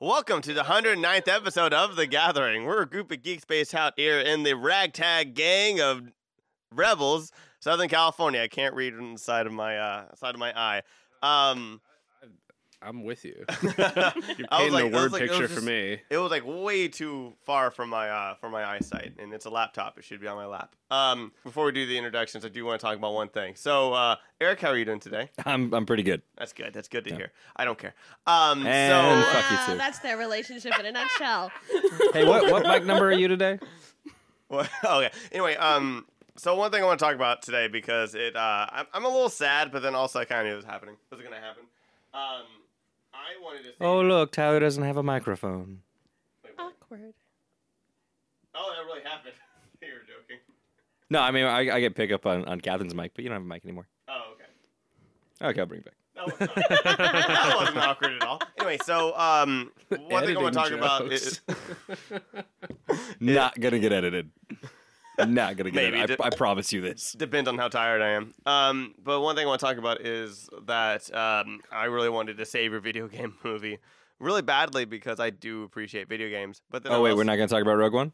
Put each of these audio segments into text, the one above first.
Welcome to the 109th episode of The Gathering. We're a group of geeks based out here in the ragtag gang of rebels, Southern California. I can't read on the side of my uh, side of my eye. Um, I'm with you. I You're was painting like- I a was like- it word was picture just- for me. it was like way too far from my uh, from my eyesight, and it's a laptop. It should be on my lap. Um, before we do the introductions, I do want to talk about one thing. So, uh, Eric, how are you doing today? I'm I'm pretty good. That's good. That's good to hear. I don't care. Um, And- so fuck you, too. Ah, That's their relationship in a nutshell. Hey, what what mic number are you today? Well, okay. Anyway, um, so one thing I want to talk about today because it, uh, I'm, I'm a little sad, but then also I kind of knew it was happening. It was gonna happen. Um, I wanted to. Say, Oh look, Tyler doesn't have a microphone. Wait, what? Awkward. oh, that really happened. you were joking. No, I mean I, I get pickup on, on Catherine's mic, but you don't have a mic anymore. Oh, okay. Okay, I'll bring it back. That wasn't awkward. that wasn't awkward at all. Anyway, so um, one thing I want to talk Editing about is jokes. Not gonna get edited. Not gonna get Maybe edited. di- I, I promise you this. depends on how tired I am. Um, but one thing I want to talk about is that um, I really wanted to save your video game movie really badly because I do appreciate video games. But then Oh I'm wait, also- we're not gonna talk about Rogue One.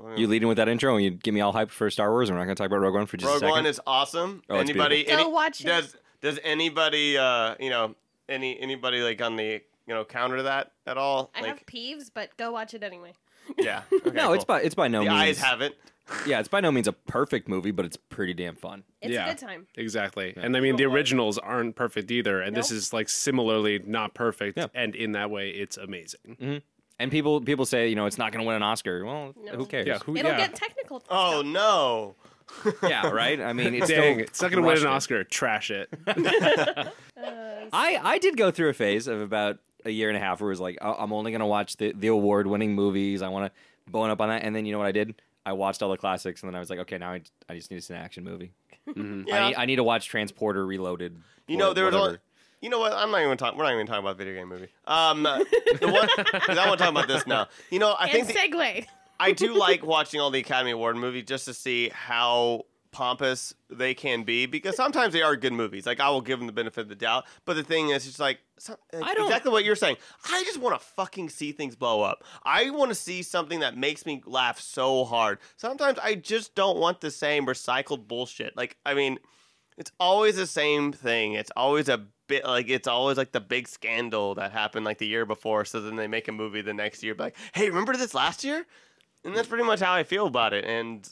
Oh, yeah. You leading with that intro and you get me all hyped for Star Wars, and we're not gonna talk about Rogue One for just a Rogue second. One is awesome. Oh, it's anybody beautiful. any- Go watch it. does does anybody uh you know any anybody like on the you know counter that at all? I like have peeves, but go watch it anyway. yeah. Okay, no, it's cool. by it's by no the means. eyes have it. yeah, it's by no means a perfect movie, but it's pretty damn fun. It's Yeah. a good time. Exactly. And I mean, the originals aren't perfect either. And this Nope. is like similarly not perfect. Yeah. Mm-hmm. And in that way, it's amazing. And people people say you know it's not gonna win an Oscar. Well, No. who cares? Yeah. Who, It'll yeah. get technical. Oh stuff. no. yeah, right. I mean, it's Dang, still it's not going to win an Russia. Oscar. Trash it. Uh, I, I did go through a phase of about a year and a half where it was like, I- I'm only going to watch the, the award winning movies. I want to bone up on that. And then you know what I did? I watched all the classics and then I was like, okay, now I, I just need to see an action movie. Yeah. I, need, I need to watch Transporter Reloaded. Mm-hmm. you or know there was whatever. only, you know what? I'm not even talking. We're not even talking about video game movie. Um, the one, 'cause I want to talk about this now. You know, I and think the- segue. I do like watching all the Academy Award movies just to see how pompous they can be because sometimes they are good movies. Like I will give them the benefit of the doubt, but the thing is, it's like some, I don't- exactly what you're saying. I just want to fucking see things blow up. I want to see something that makes me laugh so hard. Sometimes I just don't want the same recycled bullshit. Like I mean, it's always the same thing. It's always a bit like it's always like the big scandal that happened like the year before. So then they make a movie the next year, be like, hey, remember this last year? And that's pretty much how I feel about it. And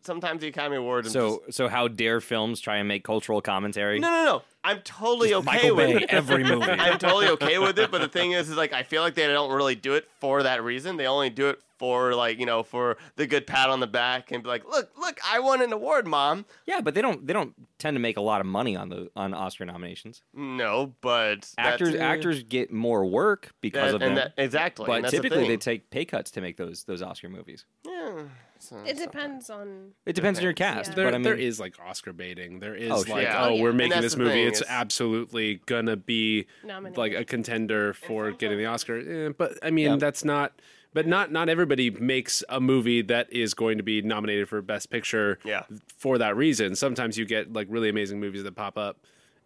sometimes the Academy Awards. I'm So, so how dare films try and make cultural commentary? just- no, no, no. I'm totally okay Michael with Bay, it. every movie. I'm totally okay with it. But the thing is, is like I feel like they don't really do it for that reason. They only do it for like you know for the good pat on the back and be like, look, look, I won an award, mom. yeah, but they don't they don't tend to make a lot of money on the on Oscar nominations. No, but Actors that's, actors get more work because that- of them. and that, exactly. and but that's the typically thing. they take pay cuts to make those those Oscar movies. Yeah. So, It depends on. It depends on your cast, Yeah. There, but I mean there is like Oscar baiting. There is Oh, sure. like, Yeah. oh, Oh, yeah. we're And making that's this the movie. thing, It's it's- absolutely gonna be Nominated. like a contender for getting the Oscar. Eh, but I mean, Yeah. that's not. But not not everybody makes a movie that is going to be nominated for Best Picture. Yeah. For that reason, sometimes you get like really amazing movies that pop up,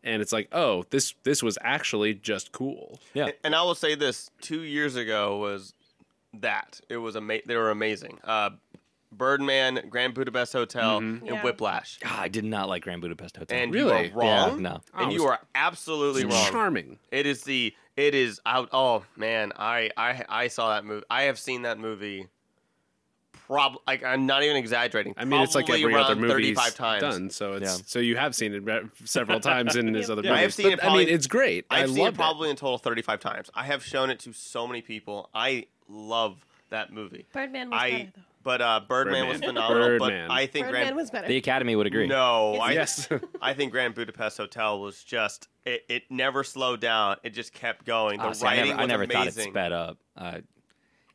and it's like, oh, this this was actually just cool. yeah. And I will say this: two years ago was that it was ama- They were amazing. Uh, Birdman, Grand Budapest Hotel, and Yeah. Whiplash. Ah, I did not like Grand Budapest Hotel. And Mm-hmm. Really? you are wrong. Yeah, no. And you are absolutely wrong. Charming. It is the. It is out. Oh man, I I I saw that movie. I have seen that movie. Prob like I'm not even exaggerating. I mean, it's like probably every around other movie 35 times. done. So it's Yeah. so you have seen it re- several times in his other I movies. have seen But, it I probably- mean, it's great. I I've seen love it probably in total 35 times. I have shown it to so many people. I love that movie. Birdman was I better, though. but uh, Birdman, was Birdman. phenomenal. Birdman. But I think Birdman Grand was better. The Academy would agree. no, I, Yes. I think Grand Budapest Hotel was just it, it never slowed down. It just kept going. The Honestly, writing Ah, I never, I never was thought it amazing. sped up. Uh,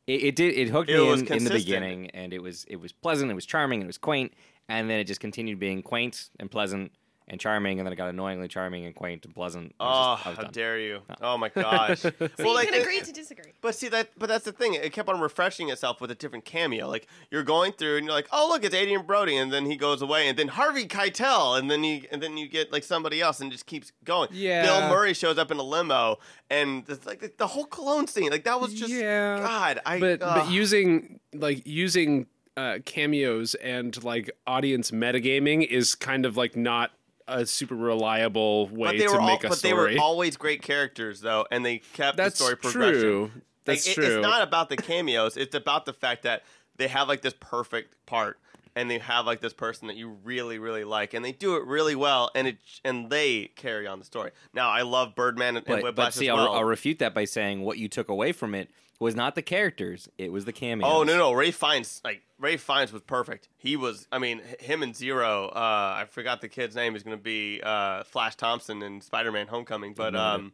it, it did. It hooked It me was in, in the consistent. beginning, and it was it was pleasant. It was charming. It was quaint, and then it just continued being quaint and pleasant and charming, and then it got annoyingly charming and quaint and pleasant. I was Oh, just- I was how done. dare you! Oh my gosh. well, So you can agree to disagree. But see that, but that's the thing. It kept on refreshing itself with a different cameo. Like you're going through, and you're like, "Oh, look, it's Adrian Brody," and then he goes away, and then Harvey Keitel, and then you, and then you get like somebody else, and it just keeps going. Yeah. Bill Murray shows up in a limo, and it's like the, the whole cologne scene. Like that was just Yeah. God. I but but ugh. using like using uh, cameos and like audience metagaming is kind of like not a super reliable way But they to were all, make a but story. they were always great characters though, and they kept That's the story progression. true. Like, That's it- true. It's not about the cameos. It's about the fact that they have like this perfect part, and they have like this person that you really, really like, and they do it really well, and it and they carry on the story. Now, I love Birdman and, and But, but Whiplash as see, I'll, well. I'll refute that by saying what you took away from it was not the characters; it was the cameos. Oh no no! Ray Fiennes like Ray Fiennes was perfect. He was I mean h- him and Zero. Uh, I forgot the kid's name is going to be uh, Flash Thompson in Spider Man Homecoming. But no idea. um,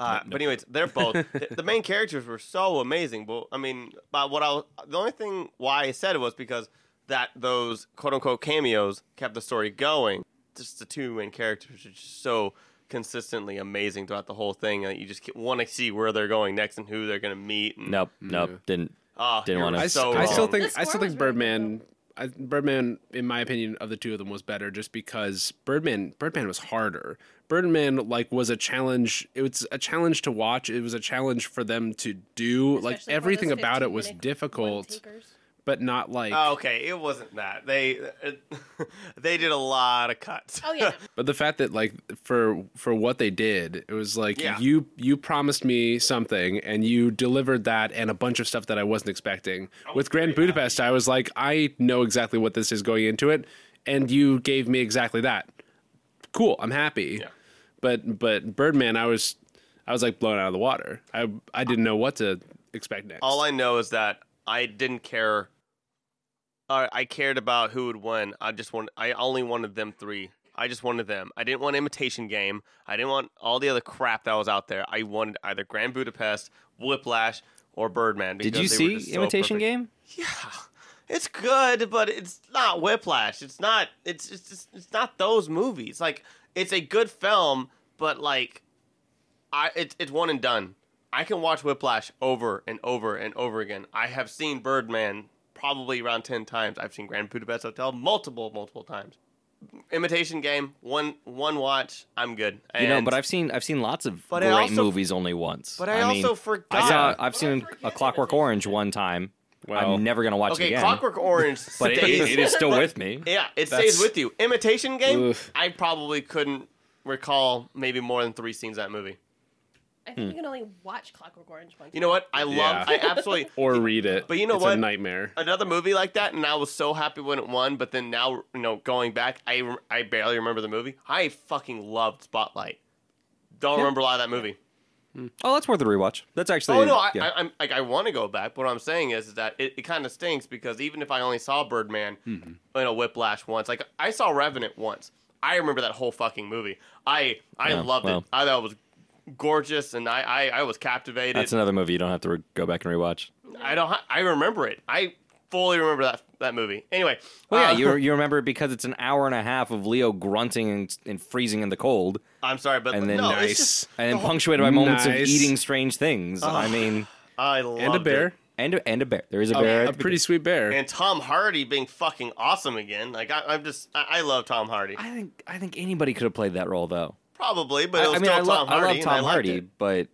uh, but anyways, they're both the, the main characters were so amazing. But I mean, but what I was, the only thing why I said it was because that those quote unquote cameos kept the story going. Just the two main characters are just so consistently amazing throughout the whole thing that you just want to see where they're going next and who they're going to meet. And, nope, nope, didn't. Oh, Didn't you're wanna- I, s- so um, I still wrong. think The I still score think was really good, Birdman. I, Birdman, in my opinion, of the two of them was better, just because Birdman Birdman was harder. Birdman like was a challenge. It was a challenge to watch. It was a challenge for them to do. like Especially for everything those about it was 15 minute difficult, one-takers. but not like. Oh, okay, it wasn't that. They it, they did a lot of cuts. Oh yeah. But the fact that like for for what they did, it was like Yeah. you you promised me something and you delivered that and a bunch of stuff that I wasn't expecting. Oh With Grand Budapest, I was like, I know exactly what this is going into it, and you gave me exactly that. Cool, I'm happy. Yeah. But but Birdman, I was I was like blown out of the water. I I didn't know what to expect next. All I know is that I didn't care. I I cared about who would win. I just want. I only wanted them three. I just wanted them. I didn't want Imitation Game. I didn't want all the other crap that was out there. I wanted either Grand Budapest, Whiplash, or Birdman. Did because you they were see just so Imitation perfect. Game? Yeah, it's good, but it's not Whiplash. It's not. It's it's it's, it's not those movies. Like it's a good film, but like, I it's it's one and done. I can watch Whiplash over and over and over again. I have seen Birdman probably around ten times. I've seen Grand Budapest Hotel multiple multiple times. Imitation Game, one one watch, I'm good. You know, And- but I've seen I've seen lots of But I great also- movies only once. but I, mean, also forgot. I saw But I've seen a Clockwork Orange one time. Well- I'm never gonna watch it okay, again. Clockwork Orange but it, stays it- it is still with me. Yeah, it That's- stays with you. Imitation Game. Oof. I probably couldn't recall maybe more than three scenes of that movie. I think you can only watch Clockwork Orange once. You know what? I love. Yeah. I absolutely. or read it. But you know it's what? a nightmare. Another movie like that, and I was so happy when it won. But then now, you know, going back, I rem- I barely remember the movie. I fucking loved Spotlight. Don't remember a lot of that movie. Oh, that's worth a rewatch. That's actually. Oh no, I, yeah. I, I'm like I want to go back. But what I'm saying is, is that it, it kind of stinks because even if I only saw Birdman Mm-hmm. in a Whiplash once, like I saw Revenant once, I remember that whole fucking movie. I I Yeah, loved it. well. I thought it was gorgeous, and I I, I was captivated. that's another movie you don't have to re- go back and rewatch. I don't ha- I remember it. I fully remember that that movie. Anyway, Well, yeah, uh, you you remember it because it's an hour and a half of Leo grunting and, and freezing in the cold, I'm sorry, but and then- no, nice. it's just and then punctuated by moments of Nice. eating strange things. I mean, I loved and a bear. it. and a, and a bear. There is a A- bear. A, pretty sweet bear. And Tom Hardy being fucking awesome again. Like I, I'm just, I, I love Tom Hardy. I think I think anybody could have played that role though. Probably, but I, it was I mean, still I, Tom love Hardy. I love and Tom liked Hardy, it. but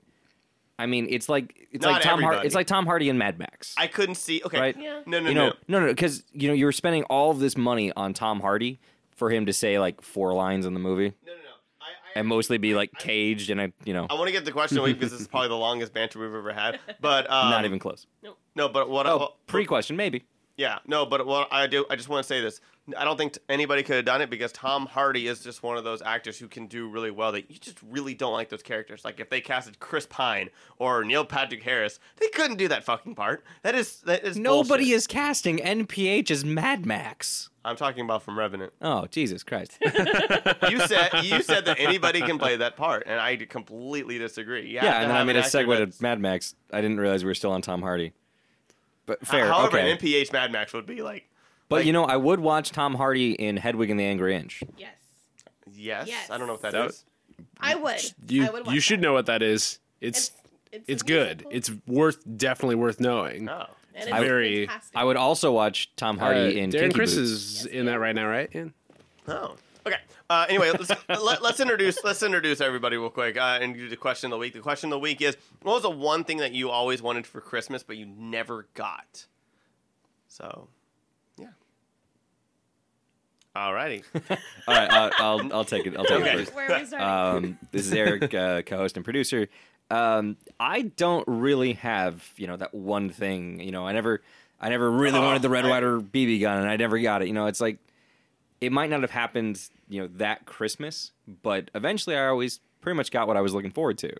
I mean, it's like it's Not like Tom Hardy. everybody. It's like Tom Hardy and Mad Max. I couldn't see. Okay. Right? Yeah. No, no, you no. know, no, no, because you know you were spending all of this money on Tom Hardy for him to say like four lines in the movie No, no, no. I, I, and mostly be like caged and a you know I want to get the question away because this is probably the longest banter we've ever had. But um, not even close. No, but what? Oh, I, pre question maybe. yeah, no, but what I do, I just want to say this. I don't think t- anybody could have done it because Tom Hardy is just one of those actors who can do really well. That you just really don't like those characters. Like if they casted Chris Pine or Neil Patrick Harris, they couldn't do that fucking part. That is that is Nobody bullshit. is casting NPH as Mad Max. I'm talking about from Revenant. Oh Jesus Christ! You said you said that anybody can play that part, and I completely disagree. You have yeah, to and then I have made an a actor segue that's- to Mad Max. I didn't realize we were still on Tom Hardy. But fair, However, okay. an MPH Mad Max would be like. but like- you know, I would watch Tom Hardy in Hedwig and the Angry Inch. Yes. Yes. Yes. I don't know what That- that is. I would. I You would watch you should that. know what that is. It's it's, it's a good. musical, It's worth definitely worth knowing. Uh, Oh. and I very- fantastic. I would also watch Tom Hardy Uh, in Darren Kinky Chris Boots. is in that right now, right? Ian? Oh. Okay. Uh, anyway, let's, let, let's introduce let's introduce everybody real quick uh, and do the question of the week. The question of the week is: What was the one thing that you always wanted for Christmas but you never got? So, yeah. Alrighty. All right, uh, I'll I'll take it. I'll take Okay. it first. Where are we starting? Um, this is Eric, uh, co-host and producer. Um, I don't really have you know that one thing. You know, I never, I never really Oh, wanted the Red I- Rider BB gun, and I never got it. You know, it's like it might not have happened. You know, that Christmas, but eventually, I always pretty much got what I was looking forward to.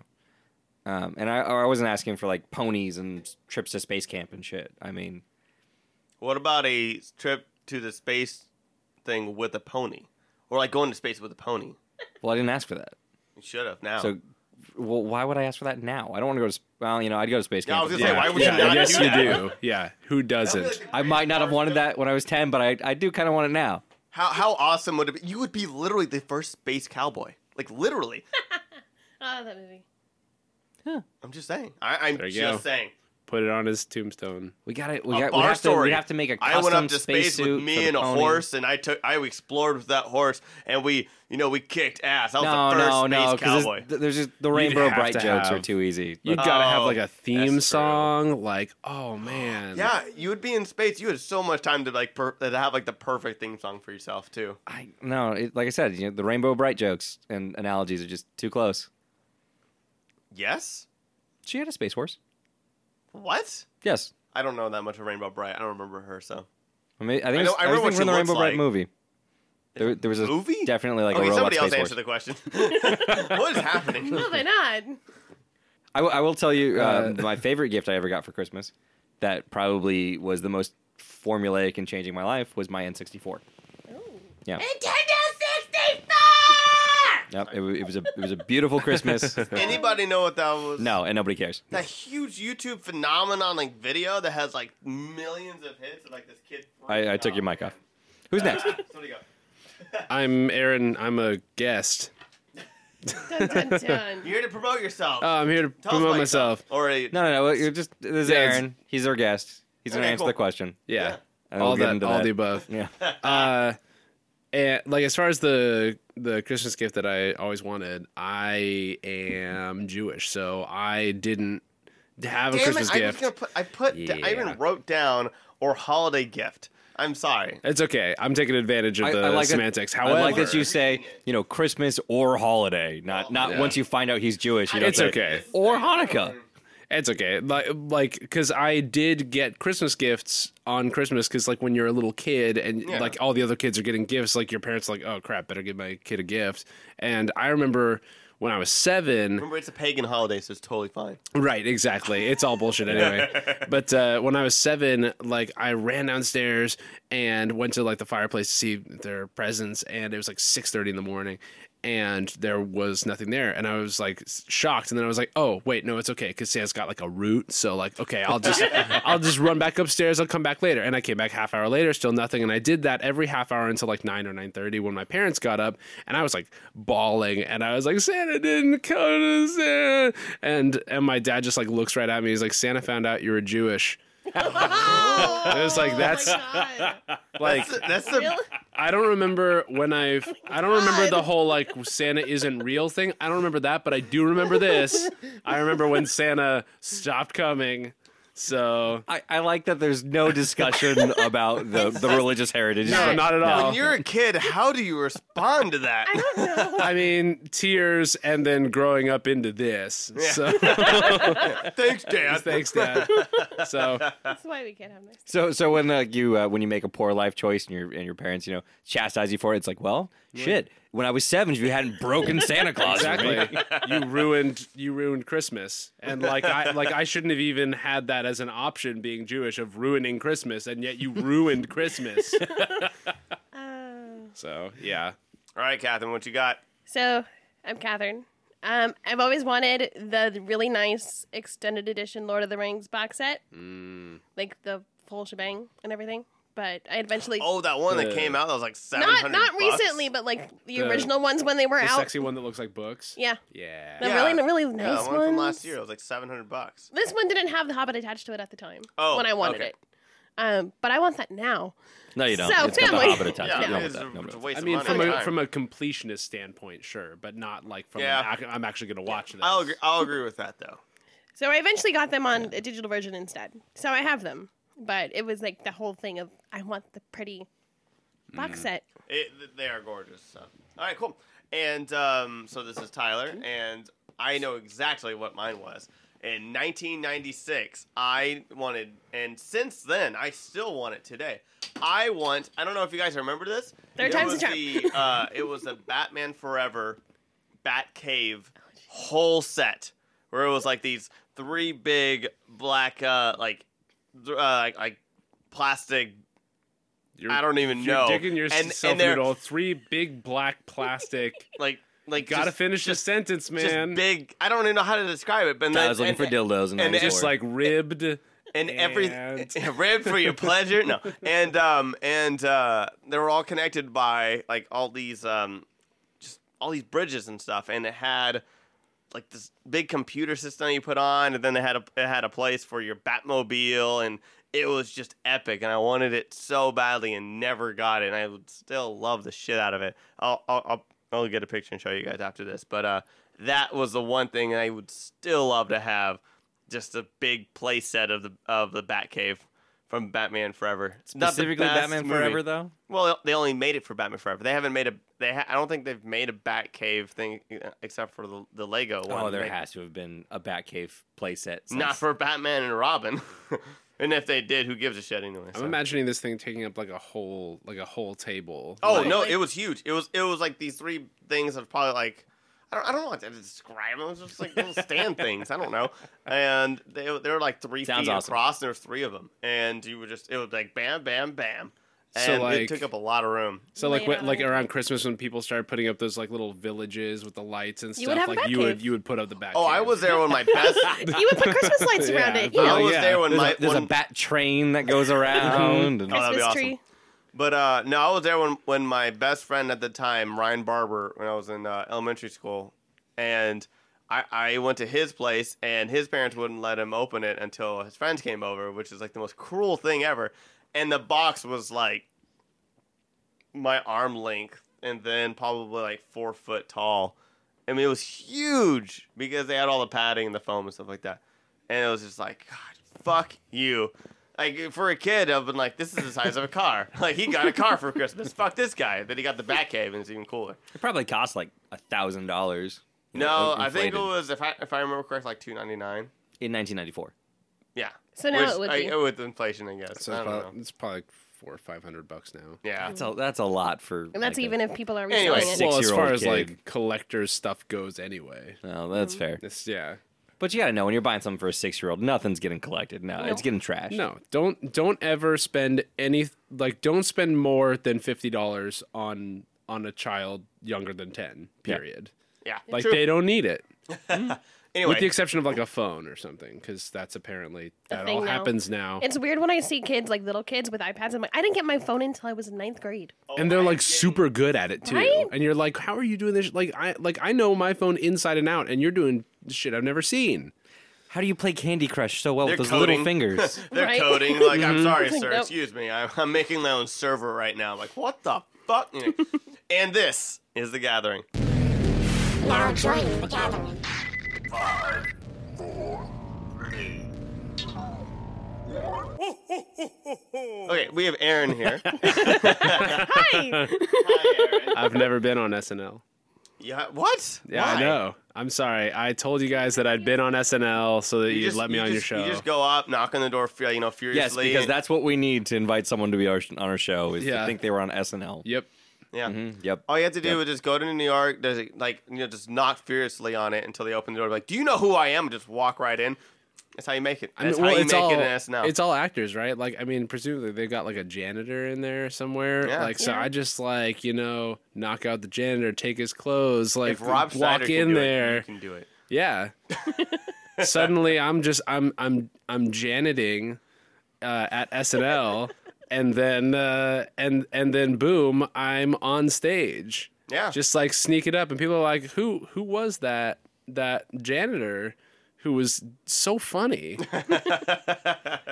Um, and I, I wasn't asking for like ponies and trips to space camp and shit. I mean, what about a trip to the space thing with a pony, or like going to space with a pony? well, I didn't ask for that. You should have now. So, well, why would I ask for that now? I don't want to go to. sp- Well, you know, I'd go to space Yeah, camp. I was gonna say, Yeah. why would you not yes, do you that? do. Yeah, who doesn't? I might not have wanted that when I was ten, but I, I do kind of want it now. How how awesome would it be? You would be literally the first space cowboy. Like literally. Uh, oh, that movie. I'm just saying. I, I'm There you just go. saying. Put it on his tombstone. We got it. We A got. We bar have, to, story. we have to make a I custom went up to space, space with suit for me the and a pony. horse, and I took I explored with that horse, and we you know we kicked ass. I was No, the first no, no, space because cowboy. there's just the Rainbow have Bright to jokes are have- too easy. You But- gotta have Oh, like a theme that's true. song. Like, oh man. Yeah, you would be in space. You had so much time to like per- to have like the perfect theme song for yourself too. I, no, it, like I said, you know, the Rainbow Bright jokes and analogies are just too close. Yes. She had a space horse. What? Yes, I don't know that much of Rainbow Bright. I don't remember her. So I, mean, I think I it's- know- I I was remember what thinking from she the Rainbow looks Bright like. movie. There, there was a movie? definitely like okay, a robot somebody else space answer horse. the question. what is happening? No, they're not. I, w- I will tell you uh, Uh, my favorite gift I ever got for Christmas that probably was the most formulaic in changing my life was my N64. Ooh. Yeah. Nintendo Yep, it, wa- it was a it was a beautiful Christmas. Anybody know what that was? no, and nobody cares. that huge YouTube phenomenon like video that has like millions of hits of like this kid. I, I took your mic off. Who's next? Ah, somebody go. I'm Aaron. I'm a guest. 65! dun, dun, dun. You're here to promote yourself. Uh, Oh, I'm here to Tell us promote about myself. yourself. Or a, No, no, no. You're just this is Yeah, it's- Aaron. He's our guest. He's gonna Okay, answer cool. the question. Yeah. And All we'll get that, into all the above. Yeah. Uh, and like as far as the the Christmas gift that I always wanted, I am Jewish, so I didn't have a damn Christmas it! I was gift. gonna put. I put. I Yeah. even wrote down or holiday gift. I'm sorry. It's okay. I'm taking advantage of I- the I like that- semantics. I However, like that you say, you know, Christmas or holiday, not not Yeah. once you find out he's Jewish. You don't It's say, okay. Or Hanukkah. It's okay. Like, like, because I did get Christmas gifts on Christmas. Because, like, when you're a little kid and Yeah. like all the other kids are getting gifts, like your parents, are like, oh crap, better give my kid a gift. And I remember when I was seven. Remember, it's a pagan holiday, so it's totally fine. Right, exactly. It's all bullshit anyway. but uh, when I was seven, like, I ran downstairs and went to like the fireplace to see their presents, and it was like six thirty in the morning. And there was nothing there, and I was like shocked. And then I was like, "Oh, wait, no, it's okay, because Santa's got like a root, so like, okay, I'll just I'll just run back upstairs. I'll come back later. And I came back half hour later, still nothing. And I did that every half hour until like nine or nine thirty when my parents got up, and I was like bawling, and I was like, Santa didn't come to Santa. And and my dad just like looks right at me. He's like, Santa found out you were Jewish. Oh, It was like, that's- Oh my God. Like That's the, that's the Really? I don't remember when I I don't remember the God. whole like Santa isn't real thing. I don't remember that, but I do remember this. I remember when Santa stopped coming. So I, I like that there's no discussion about the, the religious heritage. no, not at all. when you're a kid. How do you respond to that? I don't know. I mean, tears and then growing up into this. So Thanks, Dad. thanks, Dad. So That's why we can't have nice. So so when uh, you uh, when you make a poor life choice and your and your parents you know chastise you for it, it's like well shit. When I was seven, you hadn't broken Santa Claus. with me. exactly, you ruined you ruined Christmas, and like I like I shouldn't have even had that as an option being Jewish of ruining Christmas, and yet you ruined Christmas. Uh, So yeah, All right, Catherine, what you got? so, I'm Catherine. Um, I've always wanted the really nice Mm. extended edition Lord of the Rings box set, like the full shebang and everything. but I eventually Oh, that one that Uh, came out that was like seven not hundred. not recently, but like the The- original ones when they were The out. sexy one that looks like books. Yeah, Yeah. the Yeah. really the really yeah, nice the one from last ones. year. It was like seven hundred bucks. This one didn't have the Hobbit attached to it at the time Oh, when I wanted okay. it, um, but I want that now. No, you don't. So, It's got the family. Hobbit attached. Yeah, You don't it's, want that. No, it's a no. waste I mean, of from money. a Time. from a completionist standpoint, sure, but not like from Yeah. an ac- I'm actually going to watch this. I'll agree, I'll agree with that though. So I eventually got them on a digital version instead. So I have them, but it was like the whole thing of I want the pretty Mm. box set. It, th- they are gorgeous. So. All right, cool. And um, so this is Tyler, and I know exactly what mine was. In 1996, I wanted, and since then, I still want it today. I want. I don't know if you guys remember this. Third It time's was the charm. The, uh, it was the Batman Forever Batcave Oh, whole set, where it was like these three big black, uh, like, th- uh, like, like plastic. You're, I don't even you're know. digging yourself and in the they're middle. Three big black plastic. like, like Gotta just- finish the sentence, just man. big. I don't even know how to describe it. But then, I was looking and, for dildos and, and that was Just all. like ribbed. and every and- rib for your pleasure. No, and um and uh, they were all connected by like all these um just all these bridges and stuff, and it had like this big computer system you put on, and then they had a it had a place for your Batmobile, and it was just epic, and I wanted it so badly and never got it, and I would still love the shit out of it. I'll I'll I'll, I'll get a picture and show you guys after this, but uh, that was the one thing I would still love to have, just a big play set of the of the Batcave from Batman Forever. It's not the specifically best Batman movie. Forever though. Well, they only made it for Batman Forever. They haven't made a. They ha- I don't think they've made a Batcave thing uh, except for the the Lego one. Oh, there They- has to have been a Batcave playset. since- Not for Batman and Robin. and if they did, who gives a shit anyway? I'm so. imagining this thing taking up like a whole like a whole table. Oh Like, no, it was huge. It was it was like these three things that probably like I don't, I don't know what to describe them. It was just like little stand things. I don't know. And they they were like three Sounds feet awesome. across, and there was three of them. And you would just it was like bam, bam, bam, and So, it like- took up a lot of room. So like Laid what, out. like around Christmas when people started putting up those like little villages with the lights and stuff, You would have a like you Batcave. would you would put up the back. Oh, I was there when my best. you would put Christmas lights Yeah, around it. but You know, I Oh, was yeah. there when There's, my a, there's when, a bat train that goes around. and- Oh, that'd be Christmas awesome. tree. But uh, no, I was there when, when my best friend at the time, Ryan Barber, when I was in uh, elementary school, and I, I went to his place, and his parents wouldn't let him open it until his friends came over, which is like the most cruel thing ever. And the box was like my arm length, and then probably like four foot tall. I mean, it was huge because they had all the padding and the foam and stuff like that. And it was just like, God, fuck you. Like for a kid, I've been like, this is the size of a car. Like he got a car for Christmas. Fuck this guy. Then he got the Batcave, and it's even cooler. It probably cost like a thousand dollars. No, I think it was if I if I remember correct, like two ninety nine. in 1994. Yeah. So now Which, it would I- be. with inflation, I guess. So I don't it's probably, know. it's probably like four or five hundred bucks now. Yeah. That's a that's a lot for. and that's even if people are Anyway, reselling Like it. well, as six-year-old far as kid. like collector's stuff goes, anyway. No, that's Mm-hmm. fair. It's yeah. But you gotta know when you're buying something for a six year old, nothing's getting collected. No, it's getting trashed. No, don't don't ever spend any like don't spend more than fifty dollars on on a child younger than ten. Period. Yeah. Like True. they don't need it, anyway, with the exception of like a phone or something, because that's apparently that thing all now. happens now. It's weird when I see kids like little kids with iPads. I'm like, I didn't get my phone until I was in ninth grade. and they're like super good at it too. Right? And you're like, how are you doing this? Like I like I know my phone inside and out, and you're doing shit I've never seen. How do you play Candy Crush so well They're with those coding. little fingers? they're Right? coding. Like, I'm sorry, Like, sir. nope. Excuse me. I'm, I'm making my own server right now. I'm like, what the fuck? You know. and this is the gathering. Now join the gathering. Okay, we have Aaron here. Hi. Hi, Aaron. I've never been on SNL. Yeah. What? Yeah, Why? I know. I'm sorry. I told you guys that I'd been on SNL so that You you'd just- let me you on just- your show. You just go up, knock on the door, fu- you know, yes, furiously. because that's what we need to invite someone to be our, on our show. Is to Yeah. think they were on SNL. yep. Oh, yeah. Mhm, Yep. All you have to do is just go to New York, does it, like you know, just knock furiously on it until they open the door. Like, do you know who I am? Just walk right in. That's how you make it. I mean, That's well, how you it's make all it in SNL. it's all actors, right? Like, I mean, presumably they've got like a janitor in there somewhere. Yeah. Like, so Yeah. I just like you know knock out the janitor, take his clothes, like if Rob walk Schneider can in do there, it, you can do it. yeah. Suddenly, I'm just I'm I'm I'm janiting uh, at SNL. and then uh, and and then boom, I'm on stage. Yeah. just like sneak it up, and people are like, "Who who was that that janitor who was so funny?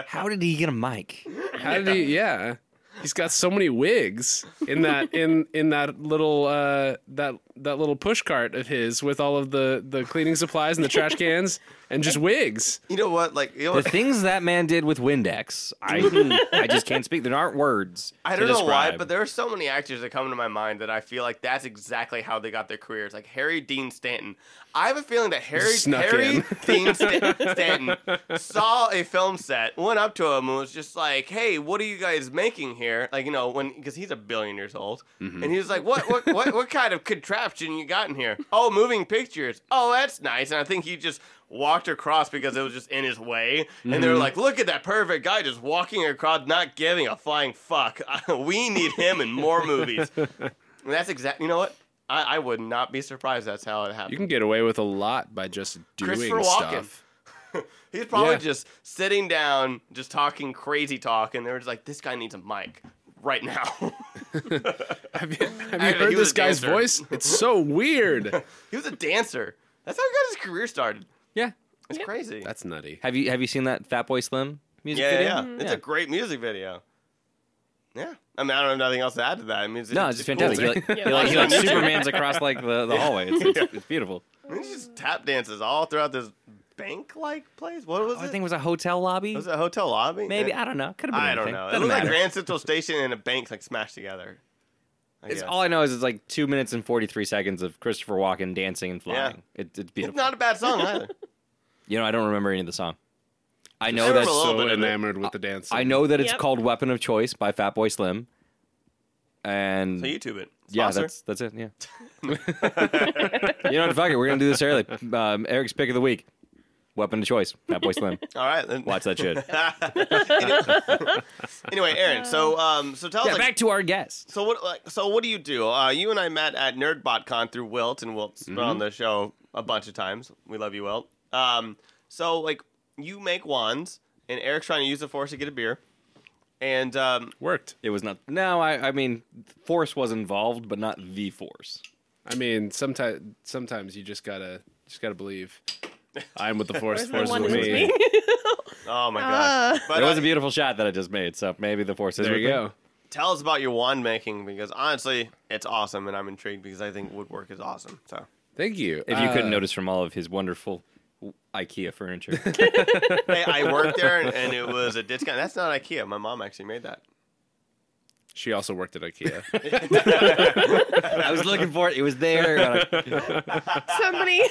How did he get a mic? How did he? Yeah, he's got so many wigs in that in in that little uh, that that little push cart of his with all of the the cleaning supplies and the trash cans and just wigs. You know what? Like, you know The what? things that man did with Windex, I I just can't speak. There aren't words. I to don't know why, describe. but there are so many actors that come to my mind that I feel like that's exactly how they got their careers. Like Harry Dean Stanton. I have a feeling that Harry Snuck Harry in. Dean Sta- Stanton saw a film set, went up to him, and was just like, "Hey, what are you guys making here?" Like, you know, when because he's a billion years old, Mm-hmm. and he was like, "What, what, what, what kind of contraption you got in here?" Oh, moving pictures. Oh, that's nice. And I think he just walked across because it was just in his way. And Mm-hmm. they were like, look at that perfect guy just walking across, not giving a flying fuck. we need him in more movies. And that's exactly, you know what? I, I would not be surprised that's how it You happened. can get away with a lot by just Christopher doing Walken. stuff. He's probably Yeah. just sitting down, just talking crazy talk. And they were just like, this guy needs a mic right now. Have you, have you Actually, he heard was this a guy's dancer. voice? It's so weird. he was a dancer. That's how he got his career started. yeah. It's crazy. That's nutty. Have you have you seen that Fat Boy Slim music yeah, yeah, video? yeah. It's a great music video. Yeah. I mean, I don't have nothing else to add to that. I mean, it's, No, it's just cool. fantastic. He like, Yeah. he like, he like Superman's across like the, the hallway. It's, it's, it's beautiful. He just tap dances all throughout this bank-like place. What was Oh, I it? think it was a hotel lobby. was it a hotel lobby? Maybe It- I don't know. Could have been. I don't anything. know. It Doesn't looked like matter. Grand Central Station and a bank like smashed together. I guess. It's all I know is it's like two minutes and forty three seconds of Christopher Walken dancing and flying. It, it's It's beautiful. not a bad song either. you know, I don't remember any of the song. I know remember that's a little So bit of it. enamored with the dance. I know that it's Yep. called Weapon of Choice by Fatboy Slim. And So YouTube it. yeah, Sponsor. that's that's it. Yeah. you know what? Fuck it. We're gonna do this early. Um, Eric's pick of the week. Weapon of choice. Fatboy Slim. all right. Then. Watch that shit. Anyway, Aaron. So um, so tell yeah, us like, back to our guest. so what like so what do you do? Uh, you and I met at NerdBotCon through Wilt, and Wilt's been Mm-hmm. on the show a bunch of times. We love you, Wilt. Um, so like you make wands, and Eric's trying to use the force to get a beer, and um, worked. It was not. No, I, I mean, force was involved, but not the force. I mean, sometimes sometimes you just gotta just gotta believe. I'm with the force. Where's the force one with who's me. me? Oh my gosh. But It was uh, a beautiful shot that I just made, so maybe the force is. There with you me. go. tell us about your wand making because honestly, it's awesome and I'm intrigued because I think woodwork is awesome. So Thank you. If you couldn't Uh, notice from all of his wonderful IKEA furniture, hey, I worked there and, and it was a discount. That's not IKEA. My mom actually made that. she also worked at IKEA. I was looking for it. It was there. Somebody.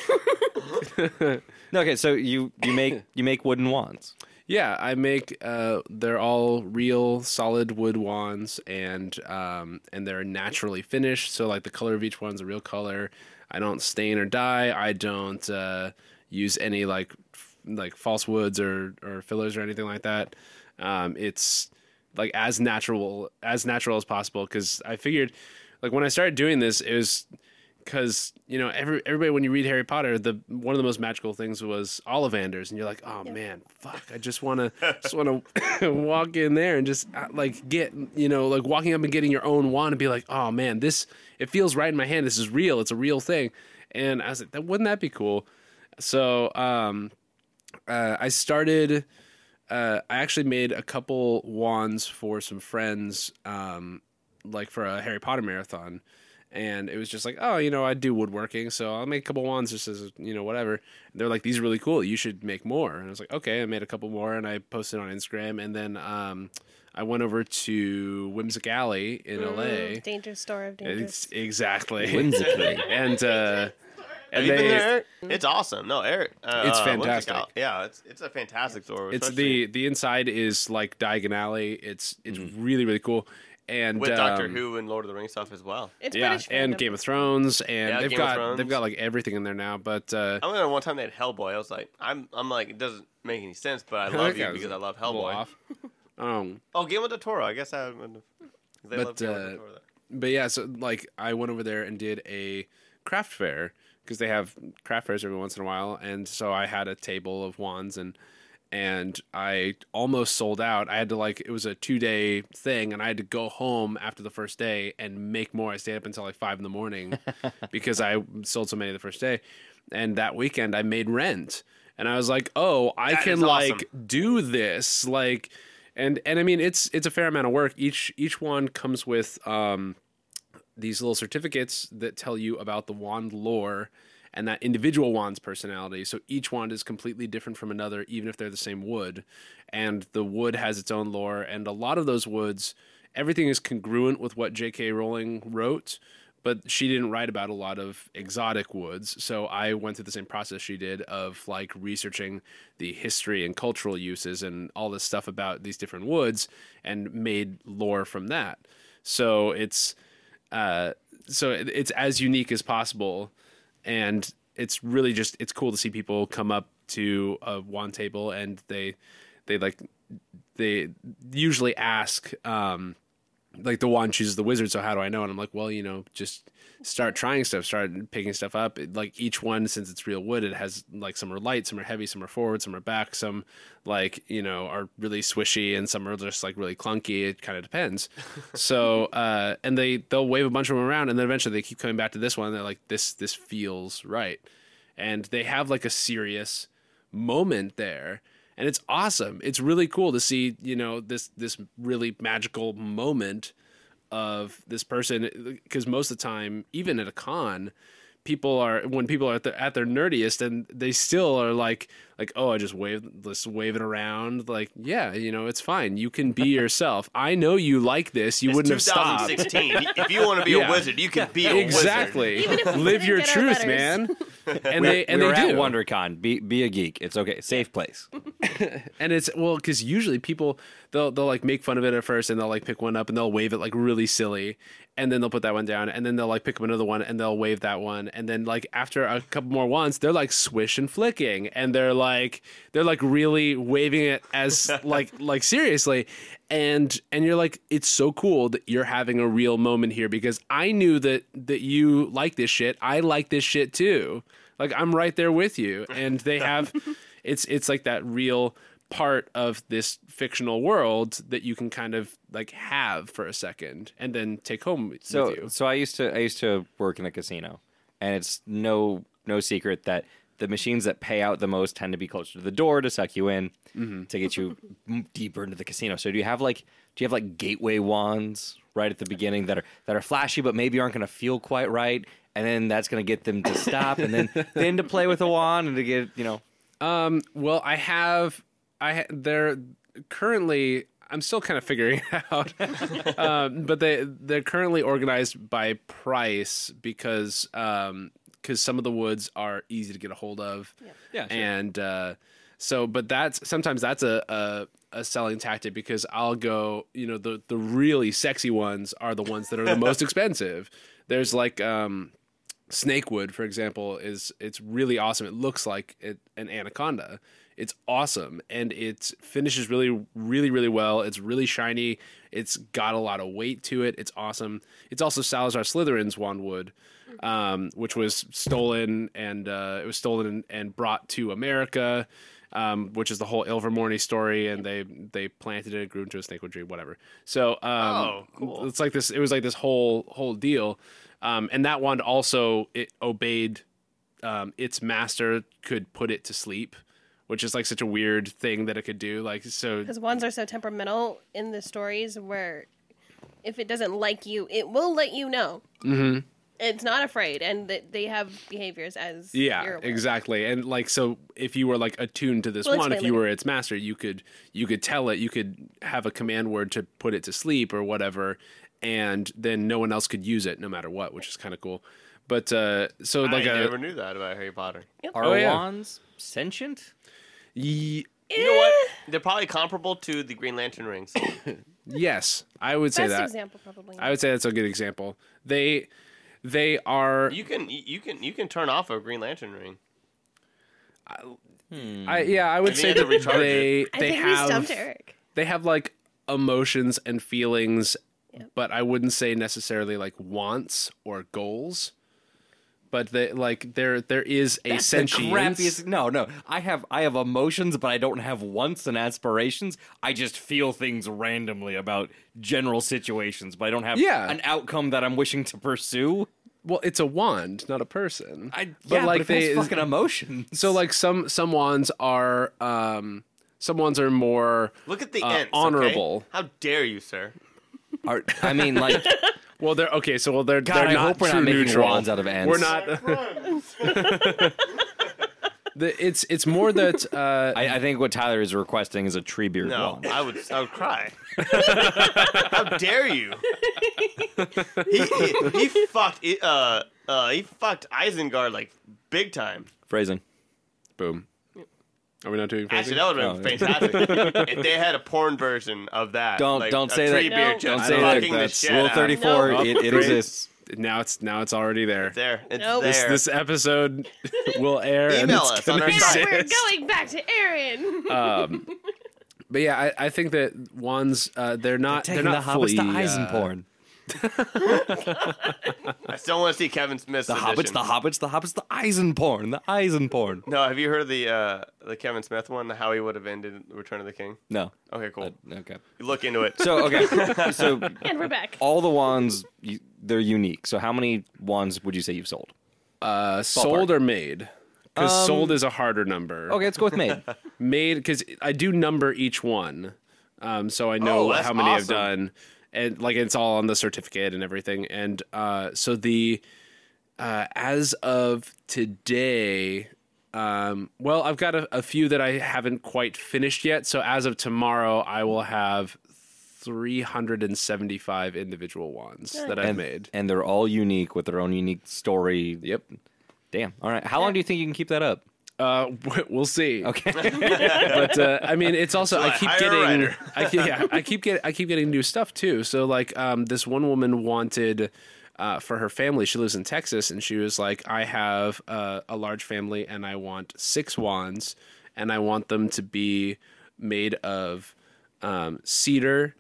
No, okay, so you you make you make wooden wands. Yeah, I make. Uh, they're all real solid wood wands, and um, and they're naturally finished. So like the color of each one's a real color. I don't stain or dye. I don't uh, use any like f- like false woods or or fillers or anything like that. Um, it's like as natural as natural as possible because I figured like when I started doing this, it was because you know every everybody when you read Harry Potter, the one of the most magical things was Ollivanders, and you're like, oh man, fuck, I just want to just want to walk in there and just uh, like get you know like walking up and getting your own wand and be like, oh man, this it feels right in my hand. This is real. It's a real thing. And I was like, that wouldn't that be cool? So um, uh, I started. Uh, I actually made a couple wands for some friends, um, like for a Harry Potter marathon, and it was just like, oh, you know, I do woodworking, so I'll make a couple wands just as you know, whatever. And they're like, these are really cool. You should make more. And I was like, okay, I made a couple more, and I posted on Instagram, and then um, I went over to Whimsic Alley in LA. Mm, Danger store of dangers. It's, exactly Whimsically. and uh, Have and you they. been there? Eric? It's awesome. No, Eric. Uh, It's uh, what's it fantastic. called? yeah, it's it's a fantastic store. It's especially the the inside is like Diagon Alley. It's it's really really cool. And Mm-hmm. with Doctor um, Who and Lord of the Rings stuff as well. It's yeah, British and fandom. Game of Thrones, and Yeah, they've Game of got Thrones. they've got like everything in there now. But uh, I went there one time they had Hellboy. I was like, I'm I'm like it doesn't make any sense, but I love you because I love Oh, Hellboy. um, Oh, Game of the Toro. I guess I would. They But, love Game of uh, the Toro there. but yeah, so like I went over there and did a craft fair because they have craft fairs every once in a while, and so I had a table of wands and and I almost sold out. I had to like it was a two day thing, and I had to go home after the first day and make more. I stayed up until like five in the morning because I sold so many the first day, and that weekend I made rent, and I was like, oh, I That can is awesome. like do this like and and i mean it's it's a fair amount of work each each wand comes with um these little certificates that tell you about the wand lore and that individual wand's personality so each wand is completely different from another even if they're the same wood and the wood has its own lore and a lot of those woods everything is congruent with what jk rowling wrote but she didn't write about a lot of exotic woods. So I went through the same process she did of like researching the history and cultural uses and all this stuff about these different woods and made lore from that. So it's uh, so it- it's as unique as possible, and it's really just it's cool to see people come up to a wand table and they they like they usually ask. Um, like the wand chooses the wizard so how do i know and i'm like well you know just start trying stuff start picking stuff up It- like each one since it's real wood it has like some are light some are heavy some are forward some are back some like you know are really swishy and some are just like really clunky it kind of depends so uh and they they'll wave a bunch of them around and then eventually they keep coming back to this one and they're like this this feels right and they have like a serious moment there and it's awesome it's really cool to see you know this this really magical moment of this person because most of the time even at a con people are when people are at their, at their nerdiest and they still are like like oh i just wave let's wave it around like yeah you know it's fine you can be yourself i know you like this you It's wouldn't have stopped 2016. if you want to be Yeah. a wizard, you can be a wizard. exactly Even if we live didn't your get our truth letters. man and they and we were they do at WonderCon. Be be a geek. It's okay. Safe place. And it's well because usually people they'll they'll like make fun of it at first and they'll like pick one up and they'll wave it like really silly and then they'll put that one down and then they'll like pick up another one and they'll wave that one and then like after a couple more ones they're like swish and flicking and they're like they're like really waving it as like like seriously and and you're like it's so cool that you're having a real moment here because I knew that that you like this shit I like this shit too like I'm right there with you and they have it's it's like that real part of this fictional world that you can kind of like have for a second and then take home with So you. so I used to I used to work in a casino, and it's no no secret that the machines that pay out the most tend to be closer to the door to suck you in Mm-hmm. to get you m- deeper into the casino. So do you have like do you have like gateway wands right at the beginning that are that are flashy but maybe aren't going to feel quite right, and then that's going to get them to stop, and then then to play with a wand and to get you know Well, I have I ha- they're currently I'm still kind of figuring it out, um, but they they're currently organized by price because um, because some of the woods are easy to get a hold of, Yeah, sure. and uh, so but that's sometimes that's a, a a selling tactic because I'll go you know the the really sexy ones are the ones that are the most expensive. There's like um, snakewood for example is it's really awesome it looks like it, an anaconda it's awesome and it finishes really really really well it's really shiny it's got a lot of weight to it it's awesome it's also salazar slytherin's wandwood um, which was stolen and uh, it was stolen and, and brought to america um, which is the whole Ilvermorny story, and they they planted it, it grew into a snakewood tree, whatever. So, um, Oh, cool. it's like this. It was like this whole whole deal, um, and that wand also it obeyed um, its master could put it to sleep, which is like such a weird thing that it could do. Like so, Because wands are so temperamental in the stories where if it doesn't like you, it will let you know. Mm-hmm. It's not afraid, and th- they have behaviors as yeah, you're aware. exactly. And like so, if you were like attuned to this We'll wand, if explain you later. were its master, you could you could tell it, you could have a command word to put it to sleep or whatever, and then no one else could use it, no matter what, which is kind of cool. But uh, so like I a never knew that about Harry Potter. are Oh, yeah. wands sentient? ye- You know Eh, what? They're probably comparable to the Green Lantern rings. yes, I would say Best that. example, probably. I would say that's a good example. They they are You can you can you can turn off a Green Lantern ring. I yeah, I would Mm. They say need to that recharge they I they think we stumped have Eric. they have like emotions and feelings, but I wouldn't say necessarily like wants or goals. but they, like there there is a That's the sentience. crappiest- No, no. I have I have emotions, but I don't have wants and aspirations. I just feel things randomly about general situations, but I don't have Yeah. an outcome that I'm wishing to pursue. Well, it's a wand, not a person. I yeah, but it feels fucking emotion. so like some some wands are um some wands are more Look at the uh, ends. okay? honorable. How dare you, sir? Are- I mean, like, Well, they're okay. So well, they're they're I not hope we're not true making neutral. wands out of ants. We're not. the, it's it's more that uh, I, I think what Tyler is requesting is a tree beard No, wand. I would I would cry. How dare you? He, he, he fucked I- uh uh he fucked Isengard like big time. Phrasing. boom. Are we not doing? Actually, that phrasing? would have No, been yeah. fantastic if they had a porn version of that. Don't- like, don't a say that. tree Beard No. just Don't I say like that. fucking that's the shit Rule out. 34. No. It, it Great. exists. now it's now it's already there. It's there. It's Nope. there. This- This episode will air. and Email it's us on our gonna Now site. we're exist. going back to Aaron. But yeah, I, I think that wands uh, they're not they're, not fully uh, Eisenporn. I still want to see Kevin Smith's The Hobbits, edition. the Hobbits, the Hobbits, the Eisenporn, the Eisenporn. No, have you heard of the uh, the Kevin Smith one? How he would have ended Return of the King? No. Okay, cool. Okay. Look into it. So okay, so and we're back. all the wands you- they're unique. So how many wands would you say you've sold? uh, sold or made. Because sold Um, is a harder number. Okay, let's go with made. made because I do number each one, um, so I know Oh, that's how many I've awesome. done, and like it's all on the certificate and everything. And uh, so the uh, as of today, um, well, I've got a, a few that I haven't quite finished yet. So as of tomorrow, I will have. 375 individual wands that I've and, made. and they're all unique with their own unique story. Yep. Damn. All right. How long do you think you can keep that up? Uh, w- we'll see. Okay. but uh, I mean, it's also I I keep hire a getting writer. I keep, yeah, I keep get I keep getting new stuff too. So like um, this one woman wanted uh, for her family. She lives in Texas, and she was like, "I have uh, a large family, and I want six wands, and I want them to be made of um, cedar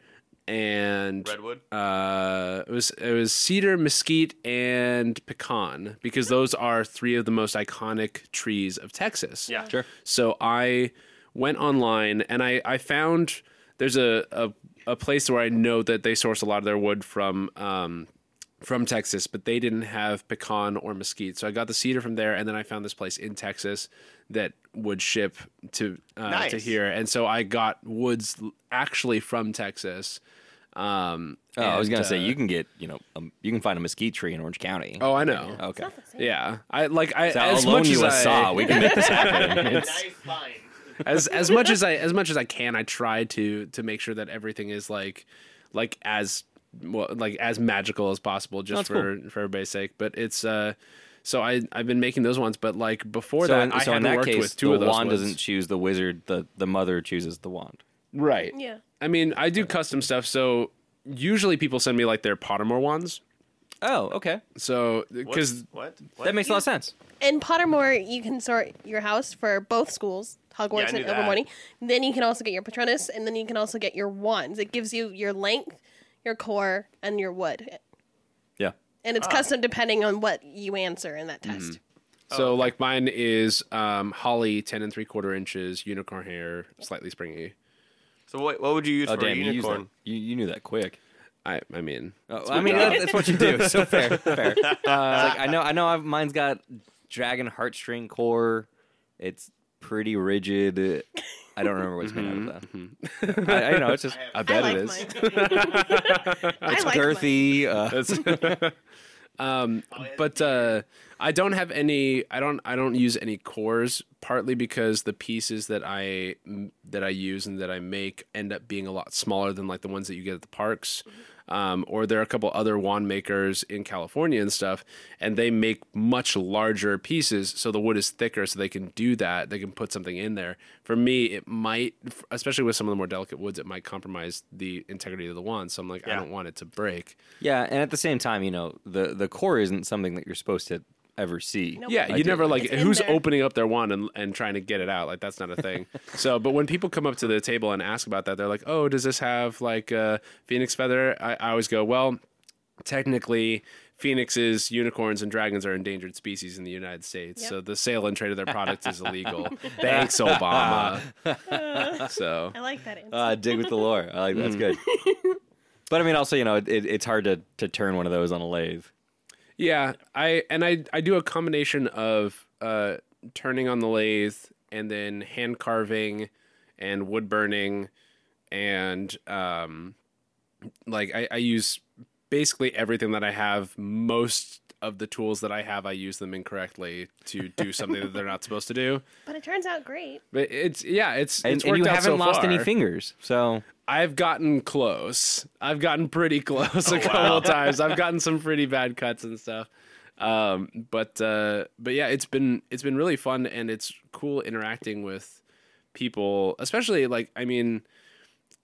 and Redwood. uh, it was it was cedar, mesquite, and pecan because those are three of the most iconic trees of Texas. Yeah. Sure. So I went online and I I found there's a a, a place where I know that they source a lot of their wood from. Um, from Texas, but they didn't have pecan or mesquite. So I got the cedar from there, and then I found this place in Texas that would ship to uh, to Nice. here. And so I got woods l- actually from Texas. Um, Oh, I was and, gonna uh, say you can get you know um, you can find a mesquite tree in Orange County. Oh, I know. okay. Yeah, I like I So as I'll loan much as you a I, saw. We can make this happen. It's- nice line. as as much as I as much as I can, I try to to make sure that everything is like like as well, like as magical as possible, just That's for for everybody's sake. But it's uh, so I I've been making those ones, but like before so that, in, I so hadn't in that worked case, with two the of those wand ones. doesn't choose the wizard. The the mother chooses the wand. right. Yeah. I mean, I do custom stuff, so usually people send me like their Pottermore wands. Oh, okay. So What? because what? What? That makes a lot of sense. In Pottermore, you can sort your house for both schools, Yeah, I Hogwarts knew and that. Overmorning. Then you can also get your Patronus, and then you can also get your wands. It gives you your length, your core, and your wood. Yeah. Oh. And it's custom depending on what you answer in that Mm-hmm. test. So like mine is um, holly, ten and three quarter inches, unicorn hair, slightly springy. So what, what would you use Oh, for damn. a You, used unicorn? that. you you knew that quick. I I mean, Oh, I mean, that, that's what you do. So fair, fair. It's like, I know, I know. I've, mine's got dragon heartstring core. It's pretty rigid. I don't remember what's made out of Mm-hmm, that. I, I you know. It's just I I bet like it is. mine. I like mine. girthy. Uh, That's- um, but uh, I don't have any. I don't. I don't use any cores. Partly because the pieces that I that I use and that I make end up being a lot smaller than like the ones that you get at the parks. Um, or there are a couple other wand makers in California and stuff, and they make much larger pieces, so the wood is thicker, so they can do that. They can put something in there. For me, it might, especially with some of the more delicate woods, it might compromise the integrity of the wand. So I'm like, I Yeah. don't want it to break. yeah, and at the same time, you know, the the core isn't something that you're supposed to ever see. Nope. Yeah, I you never like It's in who's there. opening up their wand and, and trying to get it out. Like that's not a thing. so, but when people come up to the table and ask about that, they're like, "Oh, does this have like a phoenix feather?" I, I always go, "Well, technically, phoenixes, unicorns, and dragons are endangered species in the United States. Yep. So the sale and trade of their products is illegal. Thanks, Obama. so I like that answer. Uh, dig with the lore. I like Mm. that's good. But I mean, also, you know, it, it, it's hard to, to turn one of those on a lathe. Yeah, I and I I do a combination of uh, turning on the lathe and then hand carving and wood burning and um, like I, I use basically everything that I have. Most of the tools that I have, I use them incorrectly to do something that they're not supposed to do. but it turns out great. But it's yeah, it's And, it's and worked you out haven't so lost any far. fingers. So I've gotten close. I've gotten pretty close a couple of times. I've gotten some pretty bad cuts and stuff. Um, but uh, but yeah, it's been it's been really fun and it's cool interacting with people, especially like I mean,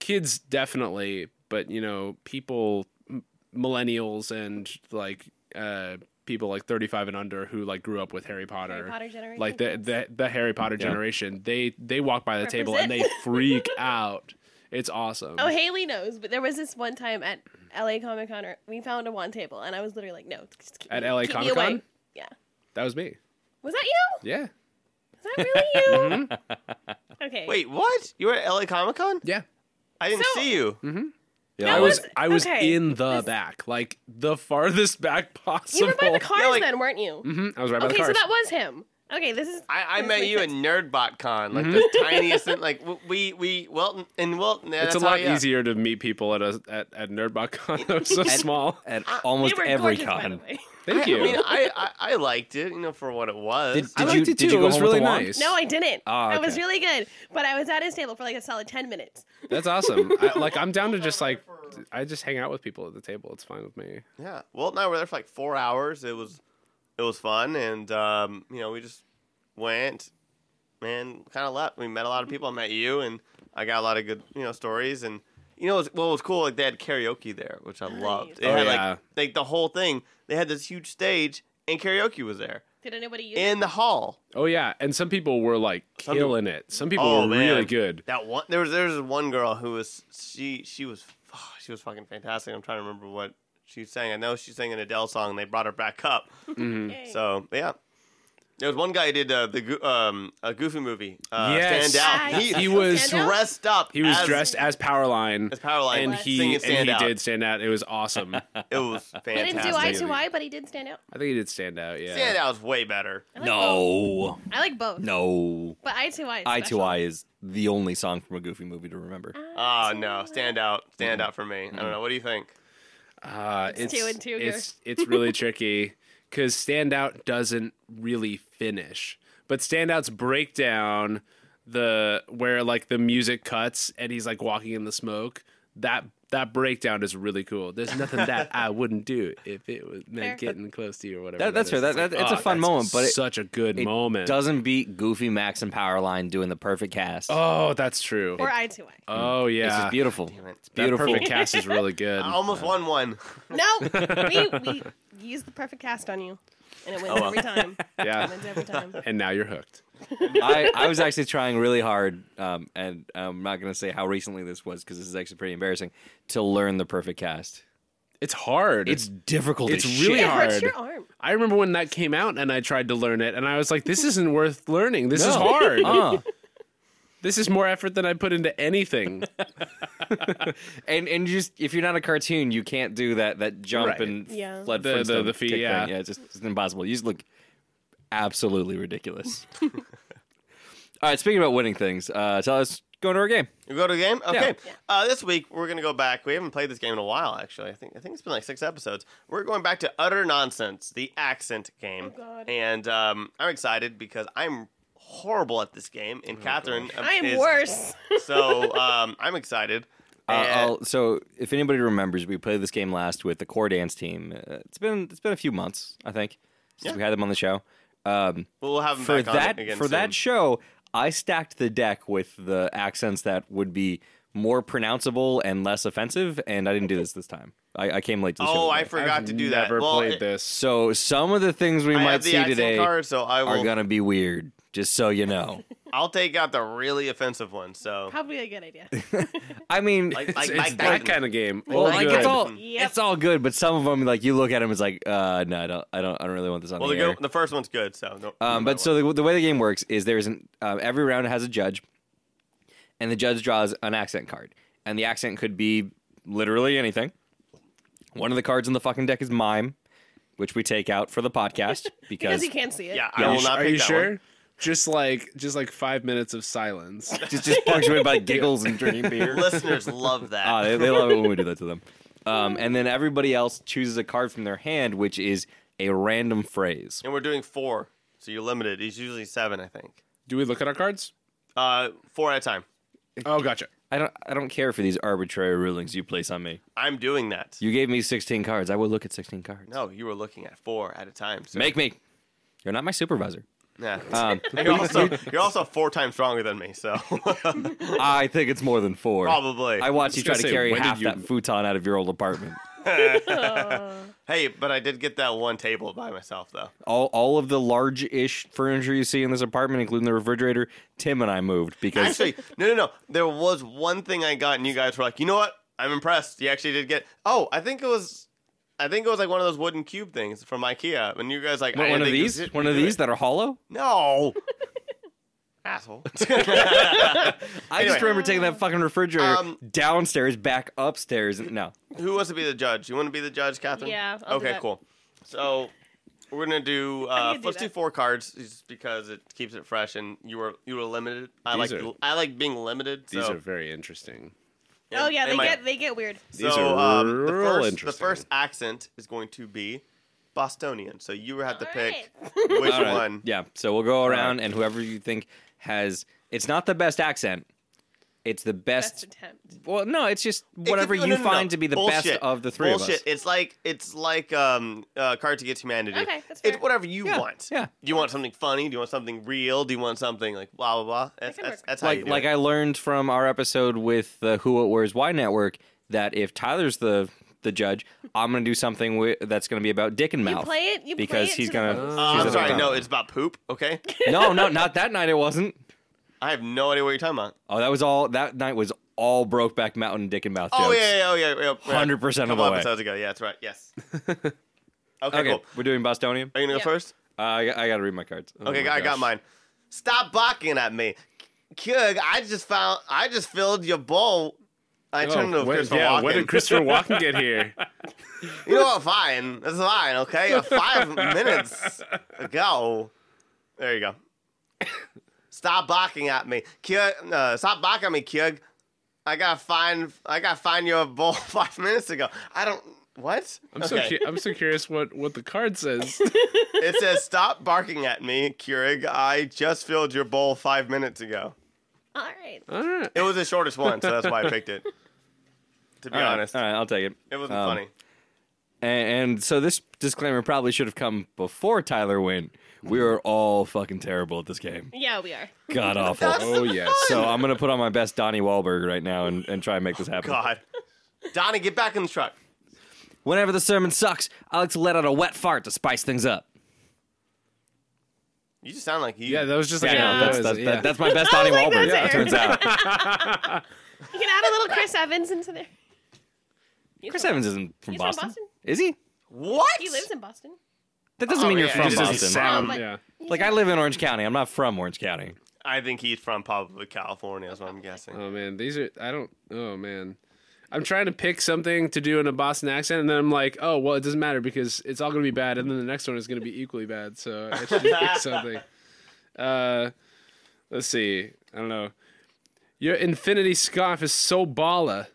kids definitely, but you know, people m- millennials and like uh, people like thirty five and under who like grew up with Harry Potter, Harry Potter generation. like the, the the Harry Potter generation. They they walk by the table and they Represent. freak out. It's awesome. Oh, Haley knows, but there was this one time at LA Comic Con, or- we found a wand table, and I was literally like, "No, just keep At me- LA keep me Comic Con? away. Yeah, That was me. was that you? Yeah. Mm-hmm. Is that really you? okay. Wait, what? You were at LA Comic Con? Yeah. I didn't So- see you. Yeah, I I was was- I was okay. in the This- back, like the farthest back possible. you were by the cars Yeah, like- then, weren't you? Mhm, I was right by Okay, the so cars. that was him. Okay, this is. I, I this met makes you at sense. NerdBot Con, like the tiniest, and like w- we we Wilton in Wilton. it's a lot easier to meet people at a at, at NerdBotCon. That was so small. at Uh, They almost were every gorgeous, by the con. way. Thank I you. mean, I, I I liked it, you know, for what it was. Did- I did liked you- it did too. you It go was home with really a wand? nice. No, I didn't. Ah, I was okay. really good, but I was at his table for like a solid ten minutes. That's awesome. I, like I'm down to just like I just hang out with people at the table. It's fine with me. yeah, Wilton and I were there for like four hours. It was it was fun, and um, you know, we just went and kind of left. We met a lot of people. I met you, and I got a lot of good you know stories. And you know, what was, what was cool? Like they had karaoke there, which I loved. They Oh, had yeah. like like the whole thing. They had this huge stage, and karaoke was there Did anybody use? it? in the hall. Oh yeah, and some people were like Some people- killing it. Some people were man. really good. That one there was there was one girl who was she she was oh, she was fucking fantastic. I'm trying to remember what she sang. I know she sang an Adele song. and They brought her back up. Yay. So yeah. There was one guy who did uh, the Goo- um, a Goofy movie. Uh, Yes. Stand out. I- He, He was- Stand Out? dressed up. He was as- dressed as Powerline, as Powerline and he singing and Stand he Out. did stand out. It was awesome. I It was He fantastic. didn't do eye to eye, but he did stand out. think he did stand out. Yeah. Stand out was way better. I like both. No, I like both. no. but eye to eye. is Eye to special. Eye is the only song from a Goofy movie to remember. Oh no, stand out, Mm-hmm. stand out for me. I don't know. What do you think? Uh, it's, two and two here. It's, it's really tricky because standout doesn't really finish, but standouts break down the where like the music cuts and he's like walking in the smoke. That that breakdown is really cool. There's nothing that I wouldn't do if it was meant Fair. getting close to you or whatever. That- that's is. fair. That- like, that- it's a oh, fun that's moment, but it- such a good It moment. doesn't beat Goofy, Max, and Powerline doing the perfect cast. Oh, that's true. Or eye to eye. Oh yeah, This is beautiful. It's That beautiful. perfect cast is really good. I almost won one. No, we we used the perfect cast on you, and it wins well. every time. Yeah. It wins every time. and now you're hooked. I, I was actually trying really hard, um, and I'm not going to say how recently this was because this is actually pretty embarrassing, to learn the perfect cast. It's hard. It's difficult. It's as really It shit. hard. hurts your arm. I remember when that came out and I tried to learn it and I was like, this isn't worth learning. This is No. hard. Uh, This is more effort than I put into anything. and and you just if you're not a cartoon, you can't do that that jump Right. and Yeah. flood The- the- Flintstone the feet, kick thing. yeah. yeah, it's just it's impossible. You just look absolutely ridiculous. All right, speaking about winning things, uh, tell us going to our game. You go to the game? Okay. Yeah. Uh, this week we're gonna go back. We haven't played this game in a while, actually. I think I think it's been like six episodes. We're going back to utter nonsense, the accent game. Oh, God. And um, I'm excited because I'm horrible at this game, Oh, and Catherine um, I am is- worse. So um, I'm excited. Uh, And- I'll, so, if anybody remembers, we played this game last with the core dance team. Uh, it's been it's been a few months, I think, since Yeah. we had them on the show. Um, we'll have him for back on that again for soon. that show, I stacked the deck with the accents that would be more pronounceable and less offensive, and I didn't do this this time. I, I came late to the show. oh, I today. forgot I've to do that. never well, played it- this. So some of the things we I might have the see accent today card, so I will. are gonna be weird. just so you know. I'll take out the really offensive one. So Probably a good idea. I mean, like It's, like it's Mike that Tyson. kind of game. well, Oh, like good. it's all Yep. it's all good, but some of them like you look at them, it's like, uh, no, I don't, I don't, I don't really want this on Well, the the, air. good, the first one's good. So no. Um, but so the, the way the game works is there isn't uh, every round has a judge, and the judge draws an accent card, and the accent could be literally anything. One of the cards in the fucking deck is mime, which we take out for the podcast because because, you can't see it. yeah, Yeah. I will not Are pick you that sure? one. Just like just like five minutes of silence. just just punctuated by giggles and drinking beer. Listeners love that. Ah, they, they love it when we do that to them. Um, and then everybody else chooses a card from their hand, which is a random phrase. and we're doing four, so you're limited. It's usually seven, I think. Do we look at our cards? Uh, four at a time. Oh, gotcha. I don't I don't care for these arbitrary rulings you place on me. I'm doing that. You gave me 16 cards. I will look at 16 cards. no, you were looking at four at a time. So. Make me. You're not my supervisor. Nah. Um, And you're also you're also four times stronger than me, so I think it's more than four. probably. I watched I was you try gonna to say, carry when did half you- that futon out of your old apartment. hey, but I did get that one table by myself though. all, all of the large-ish furniture you see in this apartment, including the refrigerator, Tim and I moved because Actually, no, no, no. There was one thing I got, and you guys were like, you know what? I'm impressed. You actually did get. Oh, I think it was. I think it was like one of those wooden cube things from IKEA, and you guys like What, I one of didn't think these, you did- one of you did these it. that are hollow. no. Asshole. I Anyway. just remember taking that fucking refrigerator Um, downstairs, back upstairs. and- No, Who wants to be the judge? You want to be the judge, Catherine? Yeah, I'll do okay, that. cool. So we're gonna do. Uh, can do let's do that. four cards, just because it keeps it fresh, and you were you were limited. I These like are- I like being limited. These so, are very interesting. Oh yeah, they might- get they get weird. So, These are um, the real first, The interesting. first accent is going to be Bostonian. So you have to All pick right. which All right. one. Yeah, so we'll go around and whoever you think has. It's not the best accent. It's the Best best. attempt. well, no, it's just It whatever could- no, you no, no, no. find to be the best Bullshit. of the three Bullshit. of us. It's like it's like um, uh, Cards Against Humanity. Okay, that's fair. It's whatever you Yeah, want. yeah. Do you want something funny? Do you want something real? Do you want something like blah blah blah? That's can that's, work that's how you like do like it. I learned from our episode with the Who It Where's Why Network that if Tyler's the the judge, I'm gonna do something wi that's gonna be about dick and You mouth. play it. You because play it he's to gonna. The fullest. Uh, I'm choose sorry. another No, time. it's about poop. Okay. no, no, not that night. It wasn't. I have no idea what you're talking about. Oh, that was all. That night was all Brokeback Mountain dick and mouth. Oh jokes. yeah, yeah, oh, yeah, yeah. yeah. 100% of Couple the way. episodes ago. Yeah, that's right. Yes. Okay, Okay, cool. we're doing Bostonian. Are you gonna Yeah. go first? Uh, I, got- I gotta read my cards. Oh Okay, my I got gosh. mine. Stop barking at me, Kug. I just found. I just filled your bowl. I Oh, turned to what, Christopher Oh, yeah, Walken. what did Christopher Walken get here? you know what? Fine. That's fine. Okay. Five minutes ago. There you go. Stop barking at me, Kug. Uh, stop barking at me, Kug. I gotta find. I gotta find your bowl five minutes ago. I don't. What? I'm so cu- I'm so curious what what the card says. It says, "Stop barking at me, Keurig. I just filled your bowl five minutes ago." All right. All right. It was the shortest one, so that's why I picked it. To be All right, honest, all right, I'll take it. it wasn't Um, funny. And, and so this disclaimer probably should have come before Tyler went. We are all fucking terrible at this game. Yeah, we are. God awful. Oh yes. So I'm gonna put on my best Donnie Wahlberg right now and, and try and make this happen. Oh, God, Donnie, get back in the truck. Whenever the sermon sucks, I like to let out a wet fart to spice things up. You just sound like you. yeah, that was just like Yeah, a that's, noise, that's, yeah. that- that's my best Donnie like, Wahlberg. that's Turns out You can add a little Chris Evans into there. He's Chris from- Evans isn't from He's from Boston. Boston. is he? what? He lives in Boston. That doesn't Oh, mean you're yeah, from it It doesn't Boston. sound- Oh, but- yeah. Like I live in Orange County. I'm not from Orange County. I think he's from probably California. That's what I'm guessing. Oh man, these are I don't oh man. I'm trying to pick something to do in a Boston accent and then I'm like, oh well it doesn't matter because it's all gonna be bad and then the next one is gonna be equally bad. So I should just pick something. Uh let's see. I don't know. Your infinity scarf is so baller.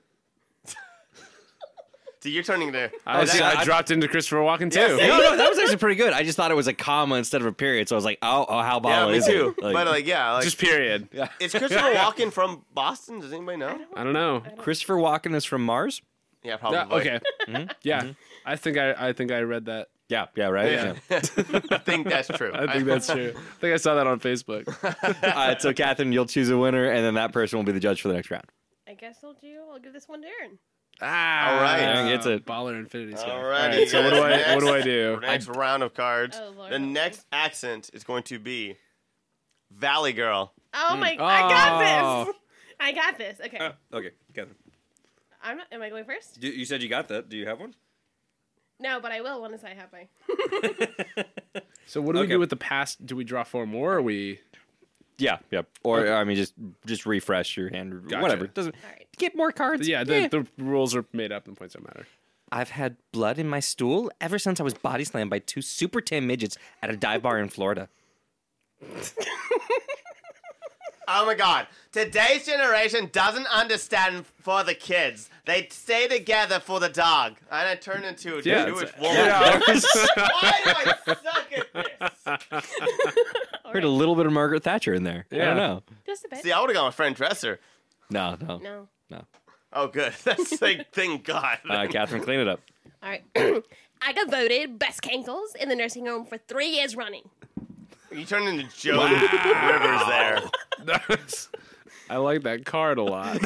See, you're turning there. I, see, I, I- dropped into Christopher Walken too. Yes, No, no, that was actually pretty good. I just thought it was a comma instead of a period, so I was like, oh, oh how yeah, about me is too. it? Like, but like, yeah, like, Just period. is Christopher Walken from Boston? Does anybody know? I don't know. Christopher Walken is from Mars. Yeah, probably. Yeah, okay. Yeah. I think I I think I read that. Yeah, yeah, right. Yeah. I think that's true. I think that's true. I think I saw that on Facebook. Yeah. All right, so Catherine, you'll choose a winner, and then that person will be the judge for the next round. I guess I'll do. I'll give this one to Aaron. Ah, All right. Yeah, it's a- baller infinity scarf. All All righty, right, so what do guys. I what do I do? Next round of cards. Oh, Lord. the next accent is going to be Valley Girl. Oh my! I got Oh. this. I got this. Okay. Oh, okay, Catherine. I'm not, am I going first? You, you said you got that. Do you have one? No, but I will once I have my. So what do we Okay. do with the past? Do we draw four more? Or we Yeah, yeah. Or I mean, just just refresh your hand. Gotcha. Whatever. Doesn't All right. get more cards. yeah the, the rules are made up and points don't matter. I've had blood in my stool ever since I was body slammed by two super tan midgets at a dive bar in Florida. Oh my god. Today's generation doesn't understand for the kids. They stay together for the dog. And I turn into a Yeah, Jewish it's- woman. Why do I suck at this? Heard a little bit of Margaret Thatcher in there. I Yeah. don't know. Just a bit. See, I would have gone with friend dresser. No, no, no. No. Oh good. That's like thank God. Uh, Catherine, clean it up. All right. I got voted best cankles in the nursing home for three years running. you turned into Joe Rivers there. I like that card a lot.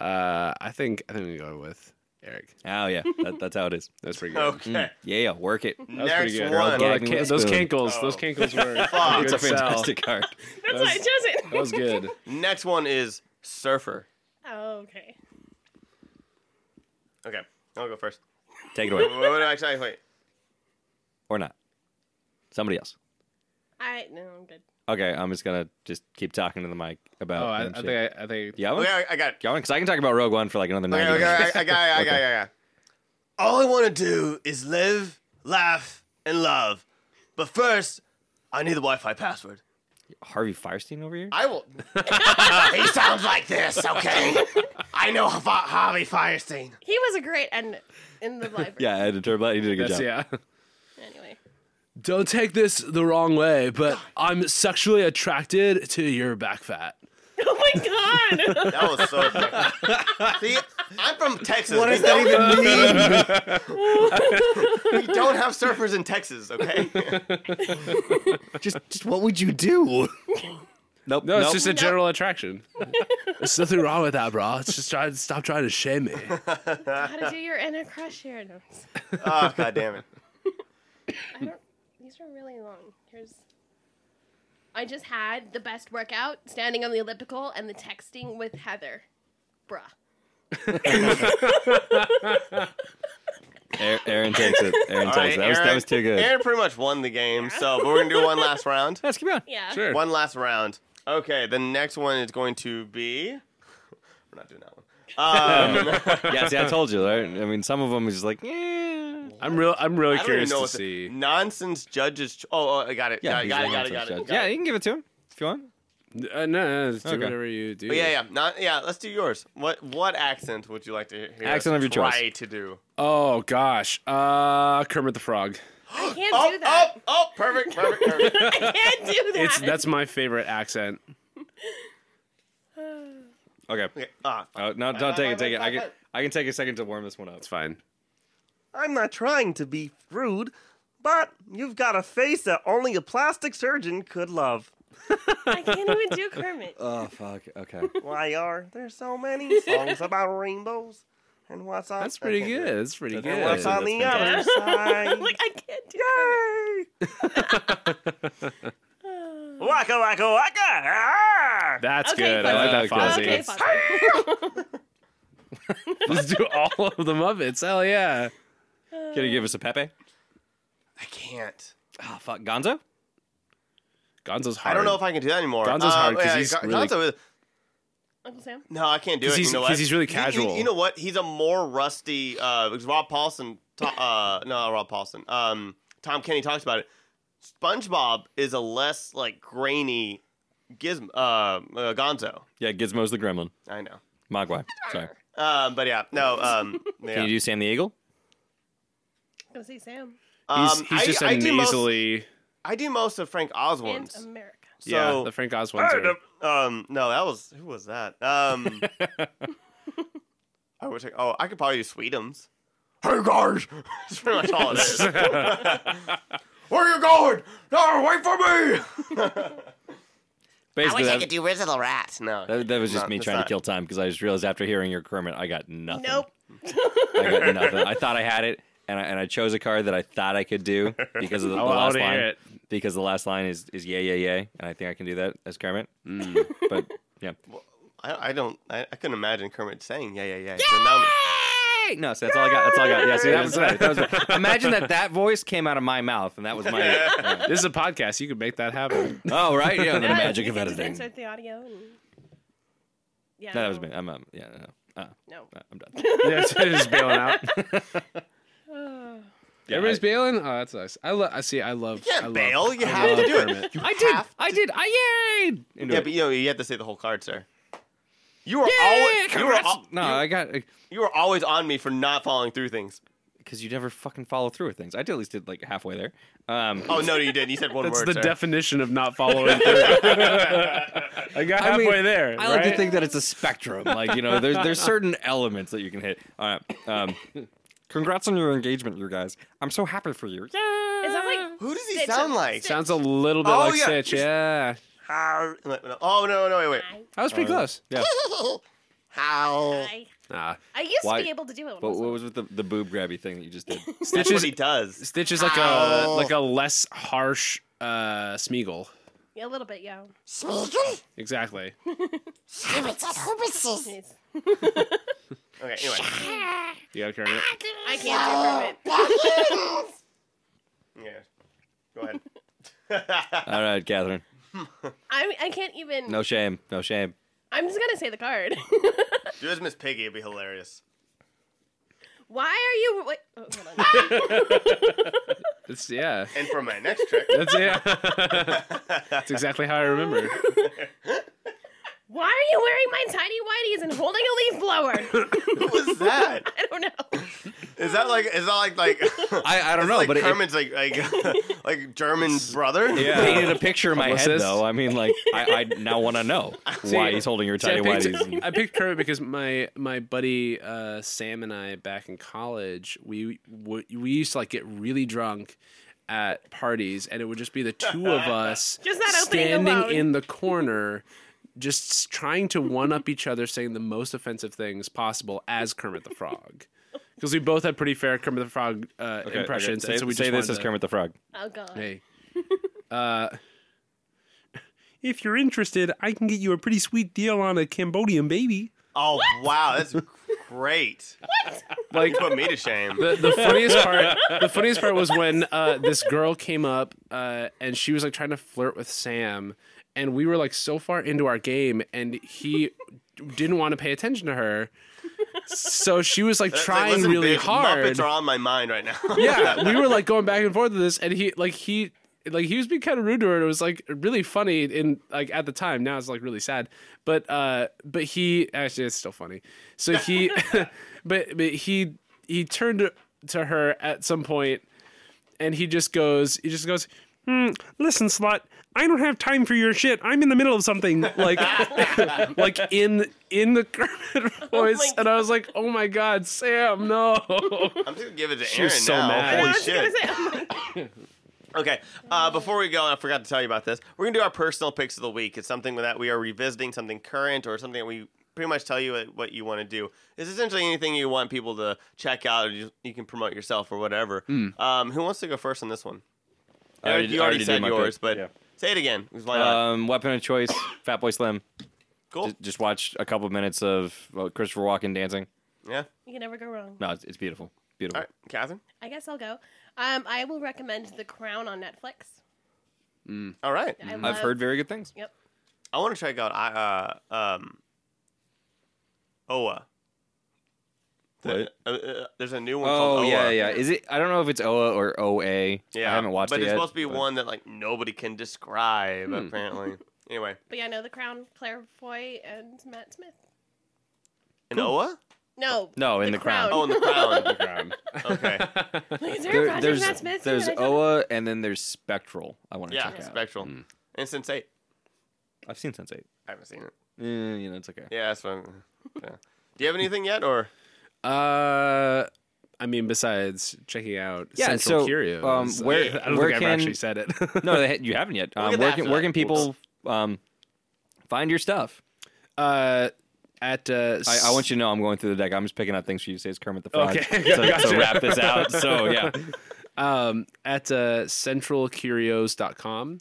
uh, I think I think we go with Eric. Oh yeah, that, that's how it is. Mm. That's pretty good. Okay. Yeah, work it. That Mm. was pretty Oh, Next good. one. Oh. Although that Gag me can- with a those spoon. cankles, those cankles were Fuck. a It's a good sell. fantastic card. That's why I chose it. That was good. Next one is surfer. oh, okay. Okay. I'll go first. Take it away, What what do I tell you? Wait. or not. Somebody else. I no, I'm good. Okay, I'm just gonna just keep talking to the mic about. Oh, I, I them think shit. I, I think You got one? Okay, I- I got it. Got one? Because I can talk about Rogue One for like another Okay, ninety. okay, minutes. I, I got it, I got it, I got it. All I want to do is live, laugh, and love. But first, I need the Wi-Fi password. Harvey Firestein over here. I will. he sounds like this, okay? I know Fa- Harvey Firestein. He was a great end in the library. Yeah, I had to turn black. You did a good that's job. yeah. Anyway. Don't take this the wrong way, but I'm sexually attracted to your back fat. Oh my god. That was so. funny. See, I'm from Texas. What does that even mean? We don't have surfers in Texas, okay? Just, just what would you do? nope. No, it's nope. just a general attraction. There's nothing wrong with that, bro. It's just try stop trying to shame me. How to do your inner crush here? No, Oh god damn it! I don't. These are really long. Here's. I just had the best workout standing on the elliptical and the texting with Heather. Bruh. Aaron, Aaron takes it. Aaron takes All right, it. That was, that Aaron- was too good. Aaron pretty much won the game, so but we're gonna do one last round. Let's keep going. Yeah. Sure. One last round. Okay, the next one is going to be. We're not doing that one. Uh, Yeah, see, I told you, right? I mean, some of them is just like, eh. I'm real I'm really I don't even curious know to what the see. nonsense judges. Cho- oh, oh, I got it. Yeah, Yeah, he's got it, got a it, got nonsense it, got it. judge. Yeah, you can give it to him if you want. Uh, no, no, just do Okay. whatever you do. But yeah, yeah, not yeah. Let's do yours. What what accent would you like to hear? Accent of your us try choice. to do. Oh gosh. Uh Kermit the Frog. I can't Oh, do that. oh, oh, perfect, perfect, perfect. I can't do that. It's that's my favorite accent. Okay. Okay, ah, Oh, no, don't take it. Take it. I can, fine, I can take a second to warm this one up. It's fine. I'm not trying to be rude, but you've got a face that only a plastic surgeon could love. I can't even do Kermit. Oh, fuck. Okay. Why are there so many songs about rainbows? And what's on That's pretty good. That's pretty That's good. awesome. What's on That's the other side? like I can't do. Waka waka waka! Ah! That's Okay, good. fine. I like that Okay. Fozzie. Okay, That's- fine. Let's do all of the Muppets. Hell yeah. Can you give us a Pepe? I can't. Oh, fuck. Gonzo? Gonzo's hard. I don't know if I can do that anymore. Gonzo's Uh, hard 'cause yeah, he's Gon- really- Gonzo is- Uncle Sam. No, I can't do 'Cause it. he's- you know 'cause what? he's really You- you- You, casual. know what? He's a more rusty. Uh, because Rob Paulson. To, uh, no, Rob Paulson. Um, Tom Kenny talks about it. SpongeBob is a less like grainy, gizm. Uh, uh Gonzo. Yeah, Gizmo's the Gremlin. I know. Mogwai. Sorry. Um, but yeah, no. Um, yeah. Can you do Sam the Eagle? I'm gonna say Sam. um, He's, he's I, just I a do most- nasally. I do most of Frank And Oswald's. America. yeah, So the Frank Oswald's. are- um, no, that was who was that? Um, I wish. I, oh, I could probably do Sweetums. Hey guys, that's pretty much all it is. Where are you going? No, wait for me. Basically, that, do Rizzle Rat. No, that, that was just No, me that's trying not- to kill time because I just realized after hearing your Kermit, I got nothing. Nope. I got nothing. I thought I had it, and I, and I chose a card that I thought I could do because of the, Oh, I the wanna last hear line. it. Because the last line is is yay yay yay, and I think I can do that as Kermit. Mm. But yeah, I, I don't. I, I couldn't imagine Kermit saying yeah, yeah, yeah. So now- Hey! no, so that's all I got. That's all I got. Yeah, see, that was right. That was right. Imagine that that voice came out of my mouth, and that was my. yeah. This is a podcast. You could make that happen. Oh right, yeah, the Yeah, magic Uh, you of can just editing. Insert the audio. And... Yeah. No, that was me. I'm um, yeah, no, no. Uh, No. no, I'm done. yeah, so just bailing out. Yeah, Everybody's I- bailing. Oh, that sucks. I love. I see. I love. You can't I love- bail. You I have to love do it. Kermit. I did. have I did. I yayed. Into yeah, it. but you know you have to say the whole card, sir. You were Yay! always you were, al- no, you, I got uh, you were always on me for not following through things. because you never fucking follow through with things. I did at least did like halfway there. Um, Oh no, you didn't. You said one That's word. the sir. definition of not following through. I got I halfway mean, there. I like to right? think that it's a spectrum. Like you know, there's there's certain elements that you can hit. All right. Um, congrats on your engagement, you guys. I'm so happy for you. Yeah. Is that like Who does he Stitch- sound like? sounds a little bit Oh, like yeah. Stitch. Yeah, How? Oh no, no, wait, that was pretty close. Yeah. wait. How? I, Nah. I used Why- to be able to do it. When But I was what little. was with the, the boob grabby thing that you just did? That's Stitch what is he does. Stitch is like a like a less harsh uh Smeagol. Yeah, a little bit, yeah. Smeagol? Exactly. Gibbets and hobbitses. Jeez. Okay, anyway. You got Kermit. I can't do it. Yeah. Go ahead. All right, Catherine. I I can't even. No shame. No shame. I'm just gonna say the card. Do as Miss Piggy. It'd be hilarious. Why are you? Wait, oh, hold on. It's yeah. And for my next trick, That's yeah. That's exactly how I remember. Why are you wearing my tiny whities and holding a leaf blower? who was that? I don't know. Is that like? Is that like like? I, I don't know, like but it, Kermit's like like like German's brother. it painted a picture in my head, Publicist. though. I mean, like, I, I now want to know why he's holding your See, tiny I, whities. picked, and- I picked Kermit because my my buddy uh, Sam and I back in college we would we used to like get really drunk at parties and it would just be the two of us Just that opening standing alone. in the corner just trying to one up each other saying the most offensive things possible as Kermit the Frog because we both had pretty fair Kermit the Frog uh, Okay, okay, impressions Say, and so we say just this wanted is to- Kermit the Frog. Oh god. Hey. uh, if you're interested, I can get you a pretty sweet deal on a Cambodian baby. Oh wow, that's great. Like You put me to shame. the, the funniest part, the funniest part was when uh, this girl came up uh, and she was like trying to flirt with Sam, and we were like so far into our game, and he didn't want to pay attention to her, so she was like That's like, trying listen, really bitch, hard. Muppets are on my mind right now. yeah, we were like going back and forth with this, and he like he like he was being kind of rude to her. And it was like really funny in like at the time. Now it's like really sad, but uh, but he actually it's still funny. So he, but but he he turned to- to her at some point, and he just goes he just goes. Hmm, listen, slut. I don't have time for your shit. I'm in the middle of something, like, like in in the Kermit voice, and I was like, "Oh my god, Sam, no!" I'm just gonna give it to was Aaron so now. mad. I Holy was gonna shit. say, I'm like, Okay, uh, before we go, and I forgot to tell you about this. We're gonna do our personal picks of the week. It's something that we are revisiting, something current, or something that we pretty much tell you what- what you want to do. It's essentially anything you want people to check out, or you, you can promote yourself or whatever. Um, who wants to go first on this one? I already- you already, I already did said my yours, pick. but Yeah. say it again. 'cause uh, Why not? Um, weapon of choice, Fat Boy Slim. Oh. cool. Just, just watch a couple minutes of well, Christopher Walken dancing. yeah. you can never go wrong. No, it's, it's beautiful. Beautiful. All right, Catherine. I guess I'll go. Um, I will recommend The Crown on Netflix. All right. I I've love- heard very good things. Yep. I want to check out I uh um Oa. The- uh, uh, there's a new one called Oh Oa. yeah, yeah. Is it? I don't know if it's OA or OA. Yeah, I haven't watched but it it's yet. supposed to be but- Hmm. one that like nobody can describe apparently. Anyway, But yeah, no, The Crown, Claire Foy, and Matt Smith. an Oa? No. No, in The Crown. Oh, and the crown. okay. Like, is there There- a project Matt there's Smith? there's that I don't- OA and then there's Spectral. I want to Yeah, check out. Hmm. spectral. And Sense 8. I've seen Sense Eight. I haven't seen it. Eh, you know, it's okay. Yeah, that's what I'm- yeah. Do you have anything yet or Uh, I mean, besides checking out Yeah, Central so, Curios, um, where- I don't where think can- I've actually said it. No, they, you haven't yet. Um, at where that can for where that. can people um, find your stuff? uh, at. Uh, I, I want you to know I'm going through the deck. I'm just picking out things for you to say. It's Kermit the Frog. Okay. so, Gotcha. to wrap this out. So yeah, um, at uh, centralcurios.com.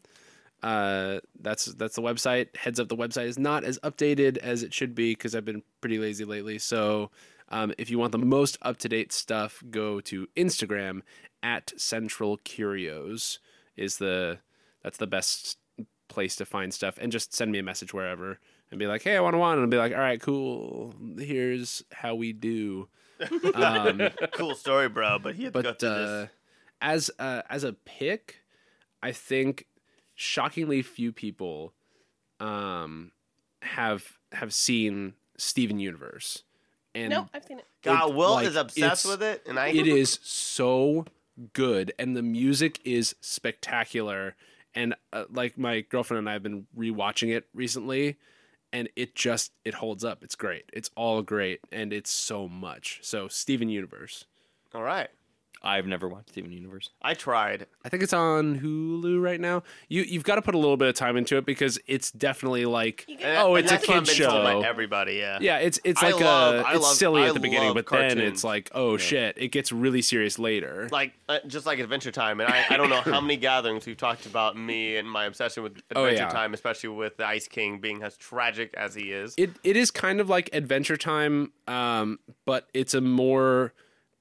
Uh, that's that's the website. Heads up, the website is not as updated as it should be because I've been pretty lazy lately. So, um, if you want the most up to date stuff, go to Instagram at Central Curios is the that's the best place to find stuff. And just send me a message wherever and be like, hey, I want one, and I'll be like, all right, cool. Here's how we do. Um, cool story, bro. But he had to go but through uh, this. as uh, as a pick, I think shockingly few people um, have have seen Steven Universe, and Nope, I've seen it. God, it- Will like, is obsessed it's- with it, and I it is so good, and the music is spectacular. And uh, like my girlfriend and I have been rewatching it recently, and it just it holds up. It's great. It's all great, and it's so much. So Steven Universe. All right, I've never watched Steven Universe. I tried. I think it's on Hulu right now. You you've got to put a little bit of time into it because it's definitely like You get- And- oh, and it's a Eh, that's what I've kid been told by show. everybody, yeah. Yeah, it's it's I like love- a I it's love- silly I at the beginning, love but then cartoons. it's like oh shit, it gets really serious later. Like uh, just like Adventure Time, and I, I don't know how many gatherings we've talked about me and my obsession with Adventure Oh, yeah. Time, especially with the Ice King being as tragic as he is. it it is kind of like Adventure Time, um, but it's a more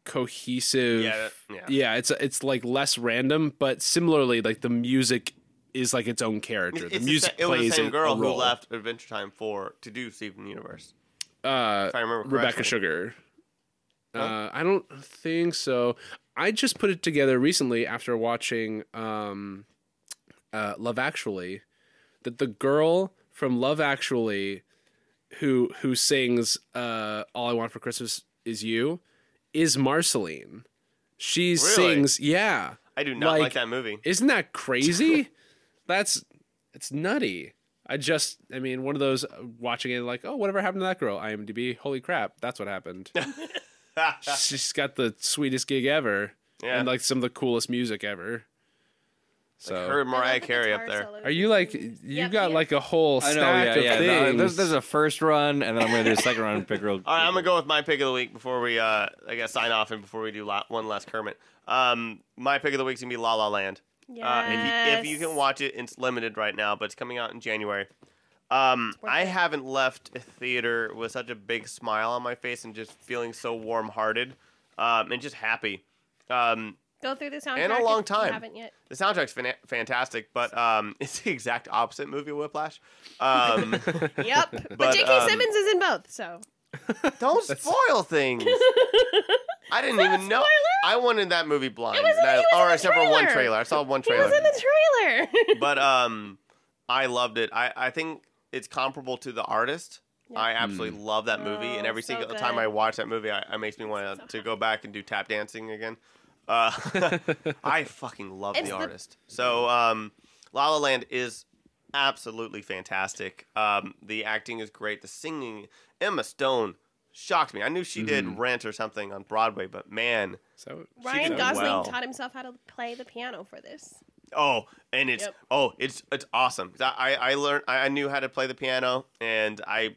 cohesive. Yeah, yeah. it's it's like less random, but similarly, like the music is like its own character. It's the the music sa- it was plays the same a- a girl who role. left Adventure Time for to do Steven Universe. Uh, If I remember correctly. Rebecca Sugar. Uh, I don't think so. I just put it together recently after watching um, uh, Love Actually that the girl from Love Actually who who sings uh, All I Want for Christmas Is You is Marceline. She sings, yeah. I do not like, Like- that movie. Isn't that crazy? That's it's nutty. I just, I mean, one of those uh, watching it like, oh, whatever happened to that girl? IMDb, holy crap, that's what happened. She's got the sweetest gig ever, Yeah. and like some of the coolest music ever. So, Heard I Mariah love the Carey up guitar there. solo are you like, you too. Yep, got yeah. like a whole I stack know. Yeah, of yeah. things? There's, there's a first run, and then I'm gonna do a second run and pick real. All right, I'm gonna go with my pick of the week before we, uh, I guess, sign off and before we do la- one last Kermit. Um, my pick of the week's gonna be La La Land. Uh, if, you, if you can Yes. watch it, it's limited right now, but it's coming out in January. Um, worth I it. haven't left a theater with such a big smile on my face and just feeling so warm-hearted um, and just happy. Um, go through the soundtrack in a long if time. You haven't yet. the soundtrack's fan- fantastic, but um, it's the exact opposite movie of Whiplash. Um, Yep. but, But, J.K. um, Simmons is in both, so Don't spoil things. I didn't even know. I wanted that movie blind. was in- and I- he was in or the except for one trailer. trailer. I saw one he trailer. was in the trailer. but um, I loved it. I, I think it's comparable to The Artist. I absolutely love that movie, and Oh, every so single time good. I watch that movie, I, it makes me want to, to go back and do tap dancing again. Uh, I fucking love It's the the- artist. So um, La La Land is absolutely fantastic. Um, the acting is great. The singing, Emma Stone shocked me. I knew she did Rent or something on Broadway, but man, So- Ryan did Gosling well. taught himself how to play the piano for this. Oh, and it's Yep. oh, it's it's awesome. 'Cause I I learned I I knew how to play the piano, and I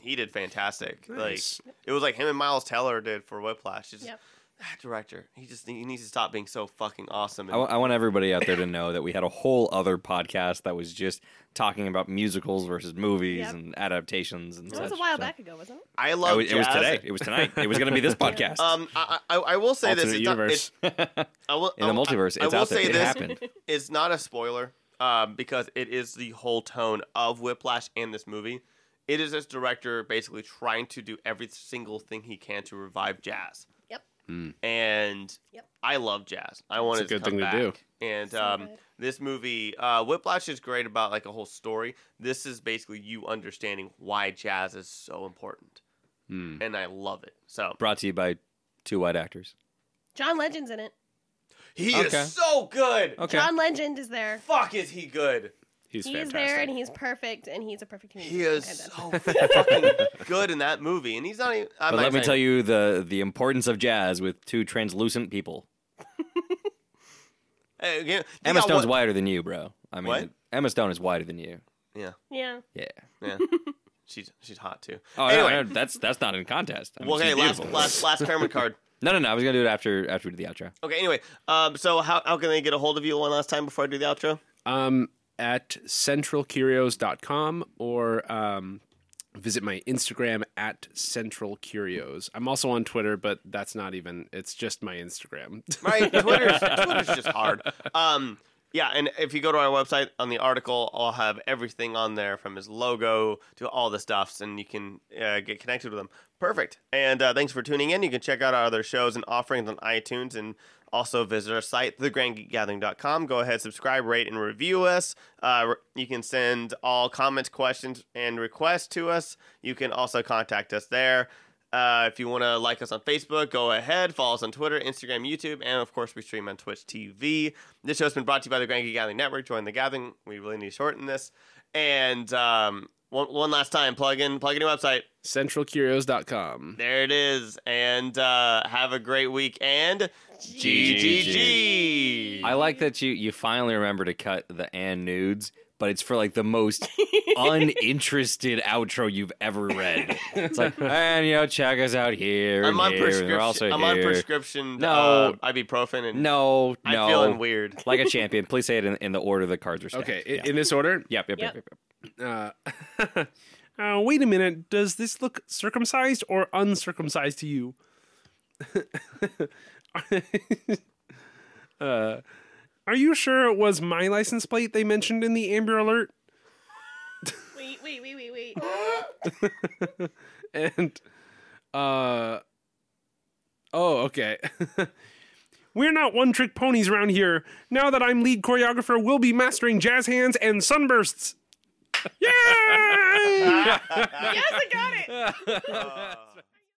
he did fantastic. Nice. Like it was like him and Miles Teller did for Whiplash. Just, Yep. That director, he just he needs to stop being so fucking awesome. I, And, wa- I want everybody out there to know that we had a whole other podcast that was just talking about musicals versus movies Yep. and adaptations and That such. was a while so- back ago, wasn't it? I I love was- it was jazz. today. It was tonight. It was going to be this podcast. Um, I, I I will say this. Alternate It's not, it's, universe. I will, oh, in the I will- multiverse, I it's will out there. say It this. happened. It's not a spoiler um, because it is the whole tone of Whiplash and this movie. It is this director basically trying to do every single thing he can to revive jazz. Yep. And Yep. I love jazz. I wanted Hmm. a good to come thing to back. do. And So um, good. this movie, uh, Whiplash, is great about like a whole story. This is basically you understanding why jazz is so important, Hmm. and I love it. So Brought to you by two white actors. John Legend's in it. he Okay. is so good. Uh, Okay. John Legend is there. Fuck, is he good? he's, He's, fantastic. there and he's perfect and he's a perfect human. He being. is Okay, so fucking good in that movie, and he's not even. I'm But not let me saying- tell you the the importance of jazz with two translucent people. Hey, again, you Emma got Stone's one- whiter than you, bro. I mean, What? Emma Stone is whiter than you. Yeah, then. Yeah. yeah. She's she's hot too. Oh, anyway, no, no, that's that's not in contest. I mean, well, she's okay, last beautiful. last last Kermit card. No, no, no. I was gonna do it after after we do the outro. Okay, anyway, um, so how how can they get a hold of you one last time before I do the outro? um, at centralcurios.com or um, visit my Instagram at centralcurios. I'm also on Twitter, but that's not even, it's just my Instagram. Right, Twitter's, Twitter's just hard. Um, yeah, and if you go to our website on the article, I'll have everything on there from his logo to all the stuffs, and you can uh, get connected with him. Perfect. And uh, thanks for tuning in. You can check out our other shows and offerings on iTunes and also visit our site, thegrandgeekgathering.com. Go ahead, subscribe, rate, and review us. Uh, re- you can send all comments, questions, and requests to us. You can also contact us there. Uh, if you want to like us on Facebook, go ahead. Follow us on Twitter, Instagram, YouTube, and of course, we stream on Twitch TV. This show's been brought to you by the Grand Geek Gathering Network. Join the gathering. We really need to shorten this. And um, one, one last time, plug in, plug in your website. centralcurios.com. There it is. And uh, have a great week. And GGG. I like that you you finally remember to cut the and nudes, but it's for like the most uninterested outro you've ever read. It's like and you know check us out here. I'm on and here, and we're also prescription. I'm on here." prescription. No. uh, ibuprofen, and No, I'm no. feeling weird. Like a champion. Please say it in, in the order the cards are stacked. Okay, i- Yeah. in this order. Yep, yep, Yep. yep, yep, yep. Uh, uh, wait a minute. Does this look circumcised or uncircumcised to you? uh, are you sure it was my license plate they mentioned in the Amber Alert? Wait, wait, wait, wait, wait. and uh oh okay we're not one trick ponies around here now that i'm lead choreographer we'll be mastering jazz hands and sunbursts yay yes, I got it. Uh,